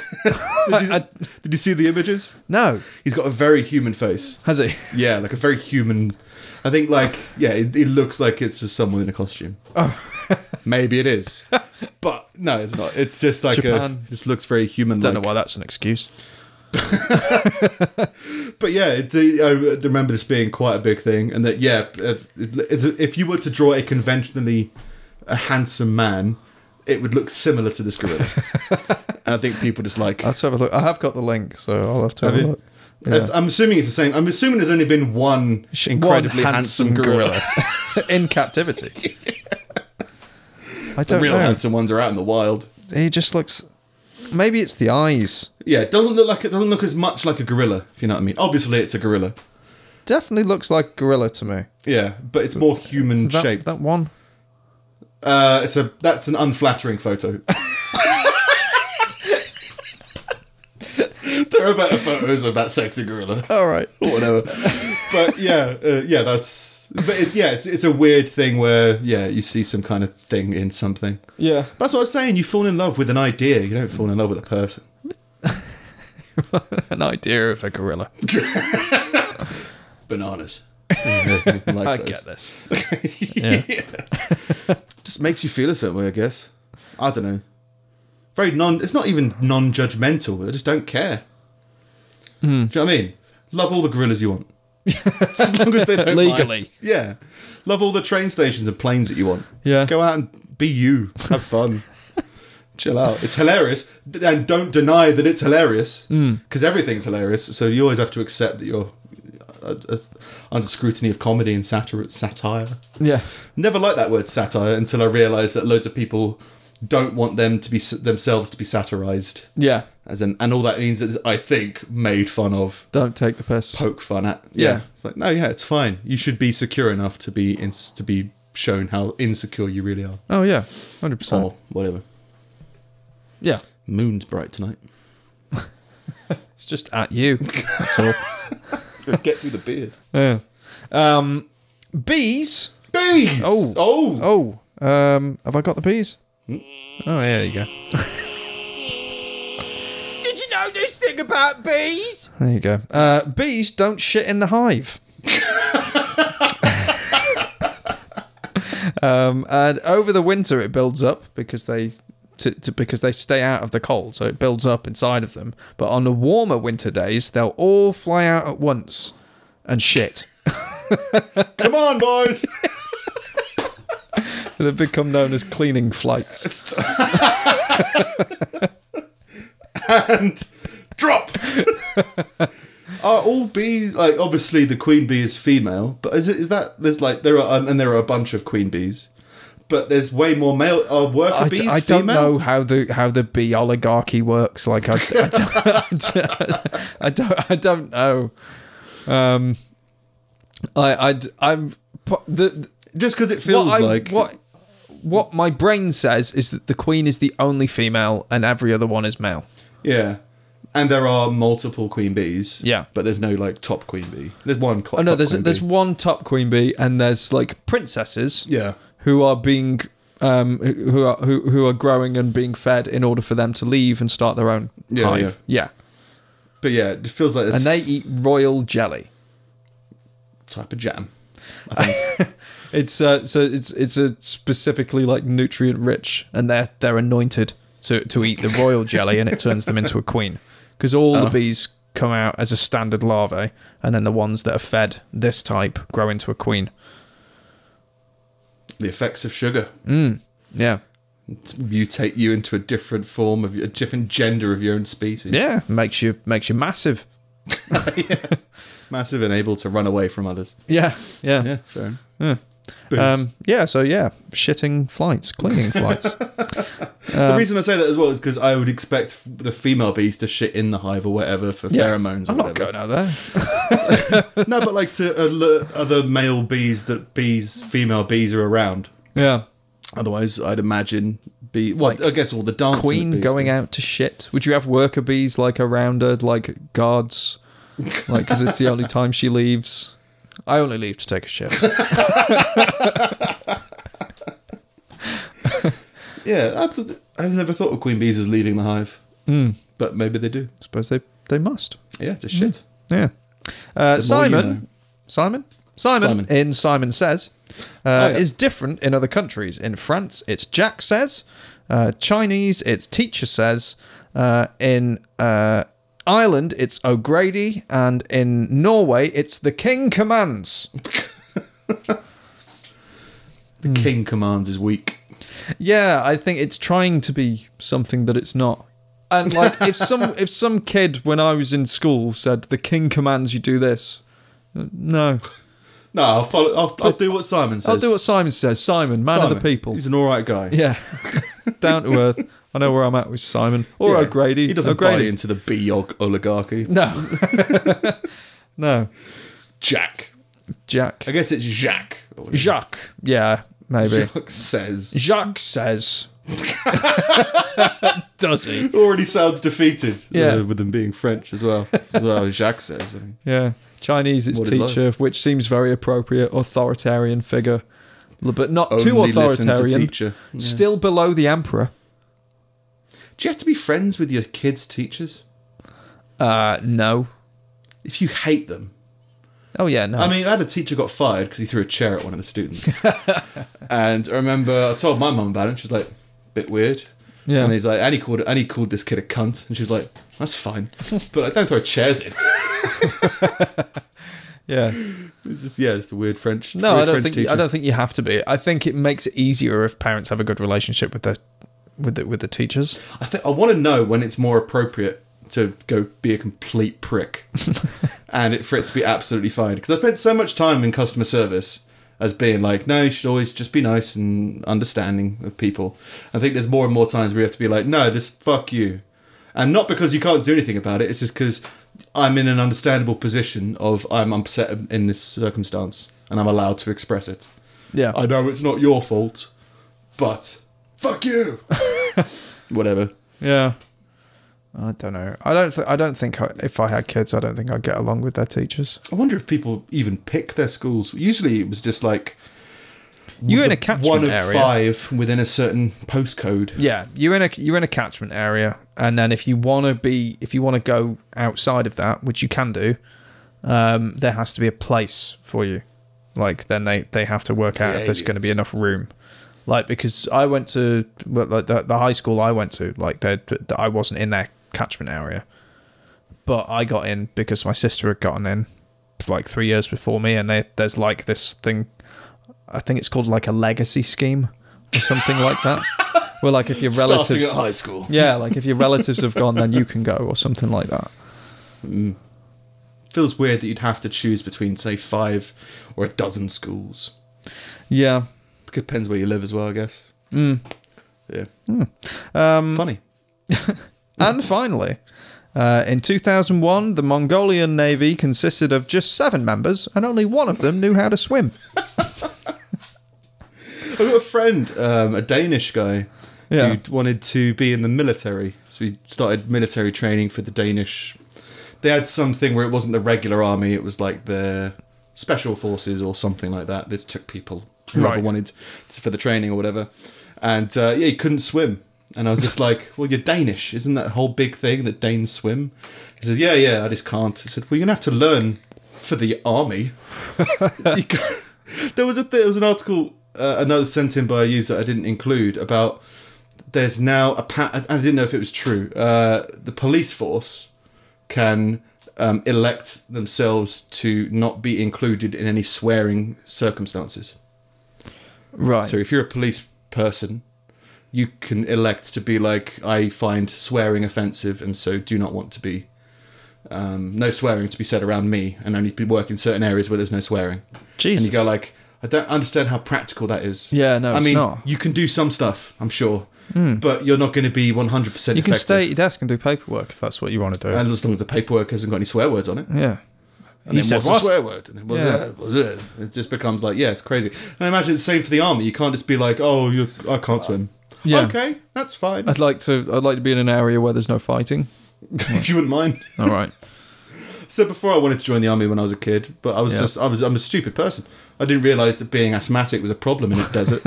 [SPEAKER 2] you, did you see the images?
[SPEAKER 1] No,
[SPEAKER 2] He's got a very human face.
[SPEAKER 1] has he?
[SPEAKER 2] Yeah, like a very human. I think like yeah, it, it looks like it's just someone in a costume. Oh. Maybe it is, but no, it's not. It's just like a.
[SPEAKER 1] Japan.
[SPEAKER 2] This looks very human.
[SPEAKER 1] Don't know why that's an excuse.
[SPEAKER 2] But yeah, it's, uh, I remember this being quite a big thing, and that yeah, if, if if you were to draw a conventionally a handsome man, it would look similar to this gorilla. and I think people just like.
[SPEAKER 1] Let's have a look. I have got the link, so I'll have to have,
[SPEAKER 2] Have
[SPEAKER 1] a
[SPEAKER 2] you?
[SPEAKER 1] look. Yeah.
[SPEAKER 2] I'm assuming it's the same. I'm assuming there's only been one incredibly
[SPEAKER 1] One
[SPEAKER 2] handsome, gorilla.
[SPEAKER 1] in captivity. I don't
[SPEAKER 2] Real
[SPEAKER 1] know.
[SPEAKER 2] handsome ones are out in the wild.
[SPEAKER 1] He just looks. Maybe it's the eyes.
[SPEAKER 2] Yeah, it doesn't look like it doesn't look as much like a gorilla, if you know what I mean. Obviously, it's a gorilla.
[SPEAKER 1] Definitely looks like gorilla to me.
[SPEAKER 2] Yeah, but it's more human
[SPEAKER 1] That,
[SPEAKER 2] shaped.
[SPEAKER 1] that one.
[SPEAKER 2] Uh, it's a that's an unflattering photo. there are better photos of that sexy gorilla
[SPEAKER 1] All right.
[SPEAKER 2] or whatever. But yeah, uh, yeah, that's but it, yeah, it's, it's a weird thing where yeah, you see some kind of thing in something.
[SPEAKER 4] Yeah.
[SPEAKER 2] That's what I was saying. You fall in love with an idea. You don't fall in love with a person.
[SPEAKER 4] An idea of a gorilla.
[SPEAKER 2] Bananas. Likes
[SPEAKER 4] I
[SPEAKER 2] those.
[SPEAKER 4] get this. Yeah.
[SPEAKER 2] Just makes you feel a certain way, I guess. I don't know. Very non. It's not even non-judgmental. I just don't care.
[SPEAKER 4] Hmm.
[SPEAKER 2] Do you know what I mean? Love all the gorillas you want, as long as they don't mind
[SPEAKER 4] Legally.
[SPEAKER 2] us. Yeah. Love all the train stations and planes that you want.
[SPEAKER 4] Yeah.
[SPEAKER 2] Go out and be you. Have fun. Chill out. It's hilarious, D- and don't deny that it's hilarious
[SPEAKER 4] Hmm.
[SPEAKER 2] because everything's hilarious. So you always have to accept that you're uh, uh, under scrutiny of comedy and satire. Satire.
[SPEAKER 4] Yeah.
[SPEAKER 2] Never liked that word satire until I realised that loads of people don't want them to be themselves to be satirised,
[SPEAKER 4] Yeah.
[SPEAKER 2] as in, and all that means is I think made fun of,
[SPEAKER 4] Don't take the piss.
[SPEAKER 2] poke fun at. Yeah.
[SPEAKER 4] Yeah.
[SPEAKER 2] it's like no, yeah, it's fine. You should be secure enough to be ins to be shown how insecure you really are,
[SPEAKER 4] Oh yeah, hundred percent.
[SPEAKER 2] or whatever.
[SPEAKER 4] Yeah,
[SPEAKER 2] Moon's bright tonight.
[SPEAKER 4] it's just at you. That's all.
[SPEAKER 2] Get me the beard.
[SPEAKER 4] Yeah. Um, bees.
[SPEAKER 2] Bees. Oh, oh,
[SPEAKER 4] Oh, um, have I got the bees? Oh yeah, there you go.
[SPEAKER 3] Did you know this thing about bees?
[SPEAKER 4] There you go. Uh, bees don't shit in the hive. um, and over the winter, it builds up because they to, to, because they stay out of the cold, so it builds up inside of them. But on the warmer winter days, they'll all fly out at once and shit.
[SPEAKER 2] come on, boys.
[SPEAKER 4] They've become known as cleaning flights.
[SPEAKER 2] and drop. are all bees like obviously the queen bee is female, but is it is that there's like there are and there are a bunch of queen bees, but there's way more male. Are worker
[SPEAKER 4] I,
[SPEAKER 2] bees
[SPEAKER 4] d- I
[SPEAKER 2] female?
[SPEAKER 4] don't know how the how the bee oligarchy works. Like I, I, don't, I don't I don't know. Um, I I I'm po- the, the
[SPEAKER 2] Just because it feels
[SPEAKER 4] what I,
[SPEAKER 2] like
[SPEAKER 4] what what my brain says is that the queen is the only female and every other one is male.
[SPEAKER 2] yeah. And there are multiple queen bees.
[SPEAKER 4] Yeah.
[SPEAKER 2] but there's no like top queen bee. There's one. Co-
[SPEAKER 4] Oh no,
[SPEAKER 2] top
[SPEAKER 4] there's
[SPEAKER 2] queen
[SPEAKER 4] there's
[SPEAKER 2] bee.
[SPEAKER 4] one top queen bee and there's like princesses.
[SPEAKER 2] yeah.
[SPEAKER 4] who are being um, who who are who, who are growing and being fed in order for them to leave and start their own
[SPEAKER 2] Yeah,
[SPEAKER 4] hive. Yeah.
[SPEAKER 2] But yeah, it feels like
[SPEAKER 4] and
[SPEAKER 2] it's
[SPEAKER 4] they eat royal jelly.
[SPEAKER 2] type of jam.
[SPEAKER 4] It's uh, so it's it's a specifically like nutrient rich, and they're they're anointed to to eat the royal jelly, and it turns them into a queen because all the bees come out as a standard larvae, and then the ones that are fed this type grow into a queen.
[SPEAKER 2] The effects of sugar
[SPEAKER 4] Yeah,
[SPEAKER 2] mutate you into a different form of a different gender of your own species.
[SPEAKER 4] yeah, makes you makes you massive.
[SPEAKER 2] massive and able to run away from others.
[SPEAKER 4] Yeah, yeah.
[SPEAKER 2] Yeah, fair.
[SPEAKER 4] Yeah.
[SPEAKER 2] Boobs.
[SPEAKER 4] Um, yeah, so yeah, shitting flights, cleaning flights. um,
[SPEAKER 2] the reason I say that as well is because I would expect f- the female bees to shit in the hive or whatever for pheromones. Or
[SPEAKER 4] I'm not
[SPEAKER 2] whatever.
[SPEAKER 4] going out there.
[SPEAKER 2] No, but like to alert other male bees that bees, female bees, are around.
[SPEAKER 4] Yeah.
[SPEAKER 2] Otherwise, I'd imagine be well. I guess all the dancing. that
[SPEAKER 4] Queen
[SPEAKER 2] bees
[SPEAKER 4] going
[SPEAKER 2] do.
[SPEAKER 4] out to shit. Would you have worker bees like around her, like guards? Like, because it's the only time she leaves. I only leave to take a shit.
[SPEAKER 2] Yeah, I th- I've never thought of queen bees as leaving the hive,
[SPEAKER 4] Hmm.
[SPEAKER 2] but maybe they do.
[SPEAKER 4] suppose they, they must.
[SPEAKER 2] Yeah, to shit.
[SPEAKER 4] Yeah. Uh,
[SPEAKER 2] more you
[SPEAKER 4] Simon,
[SPEAKER 2] know.
[SPEAKER 4] Simon, Simon,
[SPEAKER 2] Simon.
[SPEAKER 4] in Simon Says uh,
[SPEAKER 2] Oh, yeah.
[SPEAKER 4] is different in other countries. In France, it's Jack Says. Uh, Chinese, it's Teacher Says. Uh, in uh, Ireland, it's O'Grady. And in Norway, it's The King Commands.
[SPEAKER 2] The
[SPEAKER 4] Hmm.
[SPEAKER 2] king commands is weak.
[SPEAKER 4] Yeah, I think it's trying to be something that it's not. And like, if some if some kid when I was in school said the king commands you do this, uh, no,
[SPEAKER 2] No, I'll follow. I'll, I'll do what Simon says.
[SPEAKER 4] I'll do what Simon says. Simon, man of
[SPEAKER 2] Simon.
[SPEAKER 4] the people.
[SPEAKER 2] He's an all right guy.
[SPEAKER 4] Yeah. Down to earth. I know where I'm at with Simon. Or
[SPEAKER 2] Yeah.
[SPEAKER 4] O'Grady.
[SPEAKER 2] He
[SPEAKER 1] Oh,
[SPEAKER 2] doesn't buy
[SPEAKER 4] O'Grady.
[SPEAKER 2] into the bee og- oligarchy.
[SPEAKER 4] No. no.
[SPEAKER 2] Jack.
[SPEAKER 4] Jack.
[SPEAKER 2] I guess it's Jacques.
[SPEAKER 4] Jacques. Yeah, maybe.
[SPEAKER 2] Jacques says.
[SPEAKER 4] Jacques says. honestly.
[SPEAKER 2] already sounds defeated.
[SPEAKER 1] Yeah.
[SPEAKER 2] uh, with them being French as well. That's what Jacques says. I mean,
[SPEAKER 1] Yeah. Chinese, it's
[SPEAKER 2] What is
[SPEAKER 1] teacher, which seems very appropriate, authoritarian figure, l- but not too
[SPEAKER 2] only listen to
[SPEAKER 1] authoritarian.
[SPEAKER 2] teacher.
[SPEAKER 1] Still below the emperor.
[SPEAKER 2] Do you have to be friends with your kids' teachers
[SPEAKER 1] Uh, no.
[SPEAKER 2] if you hate them?
[SPEAKER 1] Oh yeah, no.
[SPEAKER 2] I mean, I had a teacher got fired because he threw a chair at one of the students. and I remember I told my mum about it. And she was like, "Bit weird."
[SPEAKER 1] Yeah.
[SPEAKER 2] And he's like, and he called and he called this kid a cunt. And she's like, "That's fine, but like, don't throw chairs in."
[SPEAKER 1] yeah.
[SPEAKER 2] It's just yeah, it's a weird French.
[SPEAKER 1] No,
[SPEAKER 2] weird
[SPEAKER 1] I don't
[SPEAKER 2] French
[SPEAKER 1] think
[SPEAKER 2] teacher.
[SPEAKER 1] I don't think you have to be. I think it makes it easier if parents have a good relationship with their with the, with the teachers.
[SPEAKER 2] I think I want to know when it's more appropriate to go be a complete prick, and it, for it to be absolutely fine. Because I spent so much time in customer service as being like, no, you should always just be nice and understanding of people. I think there's more and more times we have to be like, no, just fuck you, and not because you can't do anything about it. It's just because I'm in an understandable position of I'm upset in this circumstance, and I'm allowed to express it.
[SPEAKER 1] Yeah.
[SPEAKER 2] I know it's not your fault, but fuck you. Whatever.
[SPEAKER 1] yeah. I don't know. I don't. Th- I don't think I, if I had kids, I don't think I'd get along with their teachers.
[SPEAKER 2] I wonder if people even pick their schools. Usually, it was just like
[SPEAKER 1] You're in
[SPEAKER 2] the
[SPEAKER 1] a catchment
[SPEAKER 2] one of
[SPEAKER 1] area.
[SPEAKER 2] five within a certain postcode.
[SPEAKER 1] Yeah, you're in a you're in a catchment area, and then if you want to be if you want to go outside of that, which you can do, um, there has to be a place for you. Like then they they have to work out if there's going to be enough room. Like because I went to well, like the, the high school I went to, like they I wasn't in their catchment area, but I got in because my sister had gotten in like three years before me, and they, there's like this thing. I think it's called like a legacy scheme or something like that. Where like if your relatives,
[SPEAKER 2] school.
[SPEAKER 1] yeah, like if your relatives have gone, then you can go or something like that.
[SPEAKER 2] Feels weird that you'd have to choose between, say, five or a dozen schools.
[SPEAKER 1] Yeah.
[SPEAKER 2] Depends where you live as well, I guess. Yeah.
[SPEAKER 1] Hmm. Um,
[SPEAKER 2] Funny.
[SPEAKER 1] and finally, uh, in 2001, the Mongolian Navy consisted of just seven members, and only one of them knew how to swim.
[SPEAKER 2] I've got a friend, um, a Danish guy,
[SPEAKER 1] Yeah.
[SPEAKER 2] who wanted to be in the military. So he started military training for the Danish. They had something where it wasn't the regular army; it was like the special forces or something like that. They took people whoever
[SPEAKER 1] Right.
[SPEAKER 2] wanted to- for the training or whatever. And uh, yeah, he couldn't swim. And I was just like, "Well, you're Danish, isn't that a whole big thing that Danes swim?" He says, "Yeah, yeah, I just can't." I said, "Well, you're gonna have to learn for the army." You ca- there was a there was an article uh, another sent in by a user I didn't include about there's now a pa- I I didn't know if it was true. Uh, the police force can um, elect themselves to not be included in any swearing circumstances.
[SPEAKER 1] Right.
[SPEAKER 2] So if you're a police person, you can elect to be like, I find swearing offensive, and so do not want to be. Um, no swearing to be said around me, and only be work in certain areas where there's no swearing.
[SPEAKER 4] Jesus.
[SPEAKER 2] And you go like, I don't understand how practical that is.
[SPEAKER 1] Yeah, no,
[SPEAKER 2] I
[SPEAKER 1] it's
[SPEAKER 2] mean,
[SPEAKER 1] not. Hmm.
[SPEAKER 2] you can do some stuff, I'm sure, but you're not going to be 100% effective.
[SPEAKER 1] you can stay at your desk and do paperwork if that's what you want to do.
[SPEAKER 2] And as long as the paperwork hasn't got any swear words on it.
[SPEAKER 1] yeah.
[SPEAKER 2] And
[SPEAKER 1] said
[SPEAKER 2] then what's
[SPEAKER 1] what?
[SPEAKER 2] a swear word? And then what's
[SPEAKER 1] Yeah.
[SPEAKER 2] that? What's that? It just becomes like, yeah, it's crazy. And I imagine it's the same for the army. You can't just be like, oh, you I can't swim.
[SPEAKER 1] Uh, yeah.
[SPEAKER 2] Okay, that's fine.
[SPEAKER 1] I'd like to. I'd like to be in an area where there's no fighting.
[SPEAKER 2] if you wouldn't mind.
[SPEAKER 1] All right.
[SPEAKER 2] So before I wanted to join the army when I was a kid, but I was
[SPEAKER 1] Yeah.
[SPEAKER 2] just I was I'm a stupid person. I didn't realise that being asthmatic was a problem in a desert.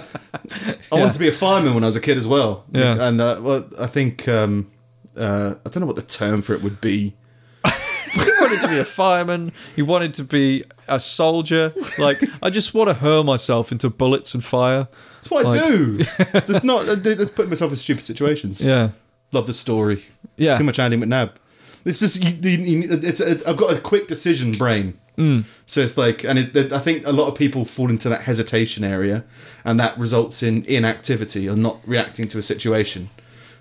[SPEAKER 2] I wanted to be a fireman when I was a kid as well.
[SPEAKER 1] Yeah.
[SPEAKER 2] and uh, well, I think um, uh, I don't know what the term for it would be.
[SPEAKER 1] You wanted to be a fireman. You wanted to be a soldier. Like I just want to hurl myself into bullets and fire.
[SPEAKER 2] That's what
[SPEAKER 1] Like-
[SPEAKER 2] I do. It's just not. That's putting myself in stupid situations.
[SPEAKER 1] Yeah.
[SPEAKER 2] Love the story.
[SPEAKER 1] Yeah.
[SPEAKER 2] Too much Andy McNabb. It's just you, you, you- it's, it's I've got a quick decision brain.
[SPEAKER 1] Mm.
[SPEAKER 2] So it's like, and it, I think a lot of people fall into that hesitation area, and that results in inactivity or not reacting to a situation.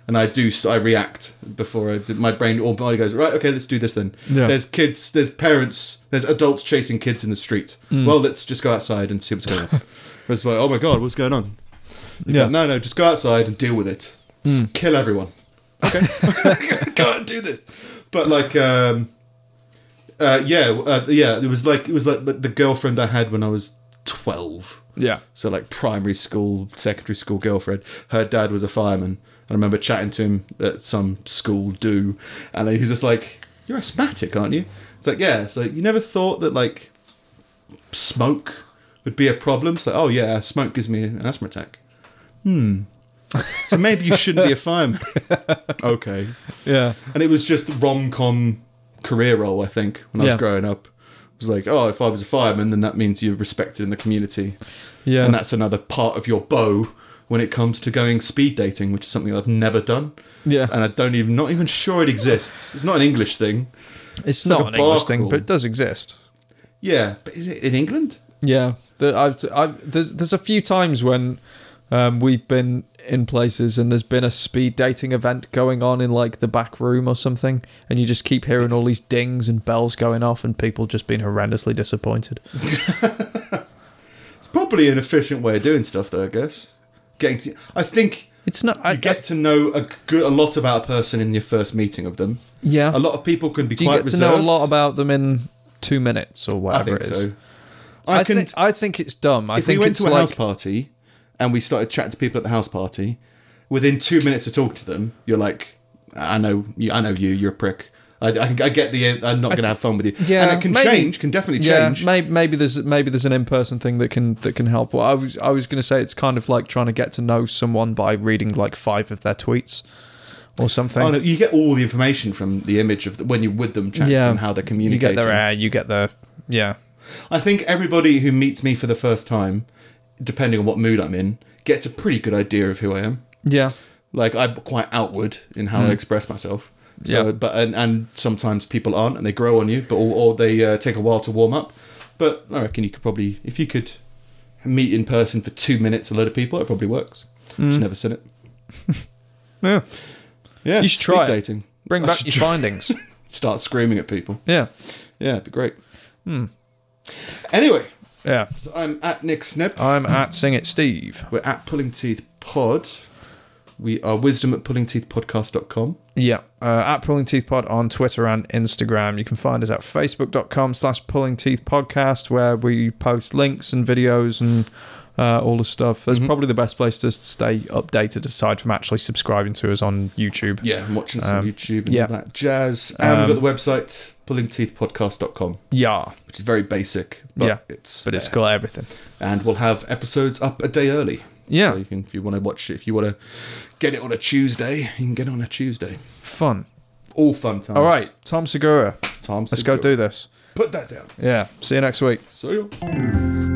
[SPEAKER 2] And I do, I react before I. My brain or body goes right. Okay, let's do this then.
[SPEAKER 1] Yeah.
[SPEAKER 2] There's kids, there's parents, there's adults chasing kids in the street.
[SPEAKER 1] Mm.
[SPEAKER 2] Well, let's just go outside and see what's going on. it's like, oh my god, what's going on?
[SPEAKER 1] Yeah.
[SPEAKER 2] yeah. No, no, just go outside and deal with it. Just kill everyone. Okay, go and do this. But like, um, uh, yeah, uh, yeah, it was like it was like the girlfriend I had when I was 12.
[SPEAKER 1] Yeah.
[SPEAKER 2] So like primary school, secondary school girlfriend. Her dad was a fireman. I remember chatting to him at some school do, and he's just like, "You're asthmatic, aren't you?" It's like, "Yeah." So you never thought that like smoke would be a problem. So oh yeah, smoke gives me an asthma attack. Hmm. so maybe you shouldn't be a fireman. okay.
[SPEAKER 1] Yeah.
[SPEAKER 2] And it was just rom com career role, I think, when I
[SPEAKER 1] Yeah.
[SPEAKER 2] was growing up. It was like, oh, if I was a fireman, then that means you're respected in the community.
[SPEAKER 1] Yeah.
[SPEAKER 2] And that's another part of your bow when it comes to going speed dating, which is something I've never done.
[SPEAKER 1] Yeah.
[SPEAKER 2] And I don't even, not even sure it exists. It's not an English thing.
[SPEAKER 1] it's not
[SPEAKER 2] like
[SPEAKER 1] an
[SPEAKER 2] a
[SPEAKER 1] English
[SPEAKER 2] bar
[SPEAKER 1] thing,
[SPEAKER 2] crawl.
[SPEAKER 1] but it does exist.
[SPEAKER 2] Yeah, but is it in England?
[SPEAKER 1] Yeah, the, I've, I've there's there's a few times when um, we've been in places and there's been a speed dating event going on in like the back room or something, and you just keep hearing all these dings and bells going off, and people just being horrendously disappointed.
[SPEAKER 2] It's probably an efficient way of doing stuff, though. I guess getting to, I think
[SPEAKER 1] It's not. I
[SPEAKER 2] you get to know a good, a lot about a person in your first meeting of them.
[SPEAKER 1] yeah.
[SPEAKER 2] A lot of people can be
[SPEAKER 1] Do you
[SPEAKER 2] quite
[SPEAKER 1] get
[SPEAKER 2] reserved.
[SPEAKER 1] to know a lot about them in two minutes or
[SPEAKER 2] I
[SPEAKER 1] whatever
[SPEAKER 2] think
[SPEAKER 1] it is?
[SPEAKER 2] so. I,
[SPEAKER 1] I,
[SPEAKER 2] can.
[SPEAKER 1] think I think it's dumb. I
[SPEAKER 2] if
[SPEAKER 1] think
[SPEAKER 2] we went
[SPEAKER 1] it's
[SPEAKER 2] to a
[SPEAKER 1] like
[SPEAKER 2] house party and we started chatting to people at the house party, within two minutes of talking to them, you're like, "I know you. I know you. You're a prick. I, I, I get the. I'm not going to have fun with you."
[SPEAKER 1] Yeah,
[SPEAKER 2] and it can
[SPEAKER 1] maybe.
[SPEAKER 2] change. Can definitely
[SPEAKER 1] yeah,
[SPEAKER 2] change.
[SPEAKER 1] maybe maybe there's maybe there's an in person thing that can that can help. Well, I was I was going to say it's kind of like trying to get to know someone by reading like five of their tweets or something.
[SPEAKER 2] Oh, no, you get all the information from the image of the, when you're with them chatting
[SPEAKER 1] yeah,
[SPEAKER 2] and how they're
[SPEAKER 1] You
[SPEAKER 2] communicating.
[SPEAKER 1] get their air. Uh, You get their yeah.
[SPEAKER 2] I think everybody who meets me for the first time, depending on what mood I'm in, gets a pretty good idea of who I am.
[SPEAKER 1] Yeah,
[SPEAKER 2] Like I'm quite outward in how I express myself. So,
[SPEAKER 1] Hmm. Yeah.
[SPEAKER 2] but and, and sometimes people aren't, and they grow on you, but or, or they uh, take a while to warm up. But I reckon you could probably, if you could meet in person for two minutes, a load of people, it probably works. Just never seen it.
[SPEAKER 1] Hmm. yeah.
[SPEAKER 2] Yeah,
[SPEAKER 1] You should
[SPEAKER 2] speed
[SPEAKER 1] try it.
[SPEAKER 2] dating.
[SPEAKER 1] Bring
[SPEAKER 2] I
[SPEAKER 1] back
[SPEAKER 2] should
[SPEAKER 1] your
[SPEAKER 2] try-
[SPEAKER 1] findings.
[SPEAKER 2] Start screaming at people.
[SPEAKER 1] Yeah,
[SPEAKER 2] Yeah, it'd be great. Anyway,
[SPEAKER 1] Hmm. yeah.
[SPEAKER 2] so I'm at Nick Snip.
[SPEAKER 1] I'm at Sing It Steve.
[SPEAKER 2] We're at Pulling Teeth Pod. We are wisdom at pullingteethpodcast.com.
[SPEAKER 1] Yeah, uh, at Pulling Teeth Pod on Twitter and Instagram. You can find us at facebook.com slash Pulling Teeth Podcast, where we post links and videos and uh, all the stuff.
[SPEAKER 2] Mm-hmm.
[SPEAKER 1] That's probably the best place to stay updated aside from actually subscribing to us on YouTube.
[SPEAKER 2] Yeah, I'm watching some YouTube and
[SPEAKER 1] Um, yeah. Um,
[SPEAKER 2] all that jazz. And we've got the website, pullingteethpodcast.com,
[SPEAKER 1] Yeah,
[SPEAKER 2] which is very basic, but
[SPEAKER 1] Yeah,
[SPEAKER 2] it's
[SPEAKER 1] but it's
[SPEAKER 2] there.
[SPEAKER 1] got everything.
[SPEAKER 2] And we'll have episodes up a day early.
[SPEAKER 1] Yeah.
[SPEAKER 2] So you can, if you want to watch it, if you want to get it on a Tuesday, you can get it on a Tuesday.
[SPEAKER 1] Fun.
[SPEAKER 2] All fun times.
[SPEAKER 1] All right, Tom Segura.
[SPEAKER 2] Tom
[SPEAKER 1] Let's go do this.
[SPEAKER 2] Put that down.
[SPEAKER 1] Yeah, see you next week.
[SPEAKER 2] So you.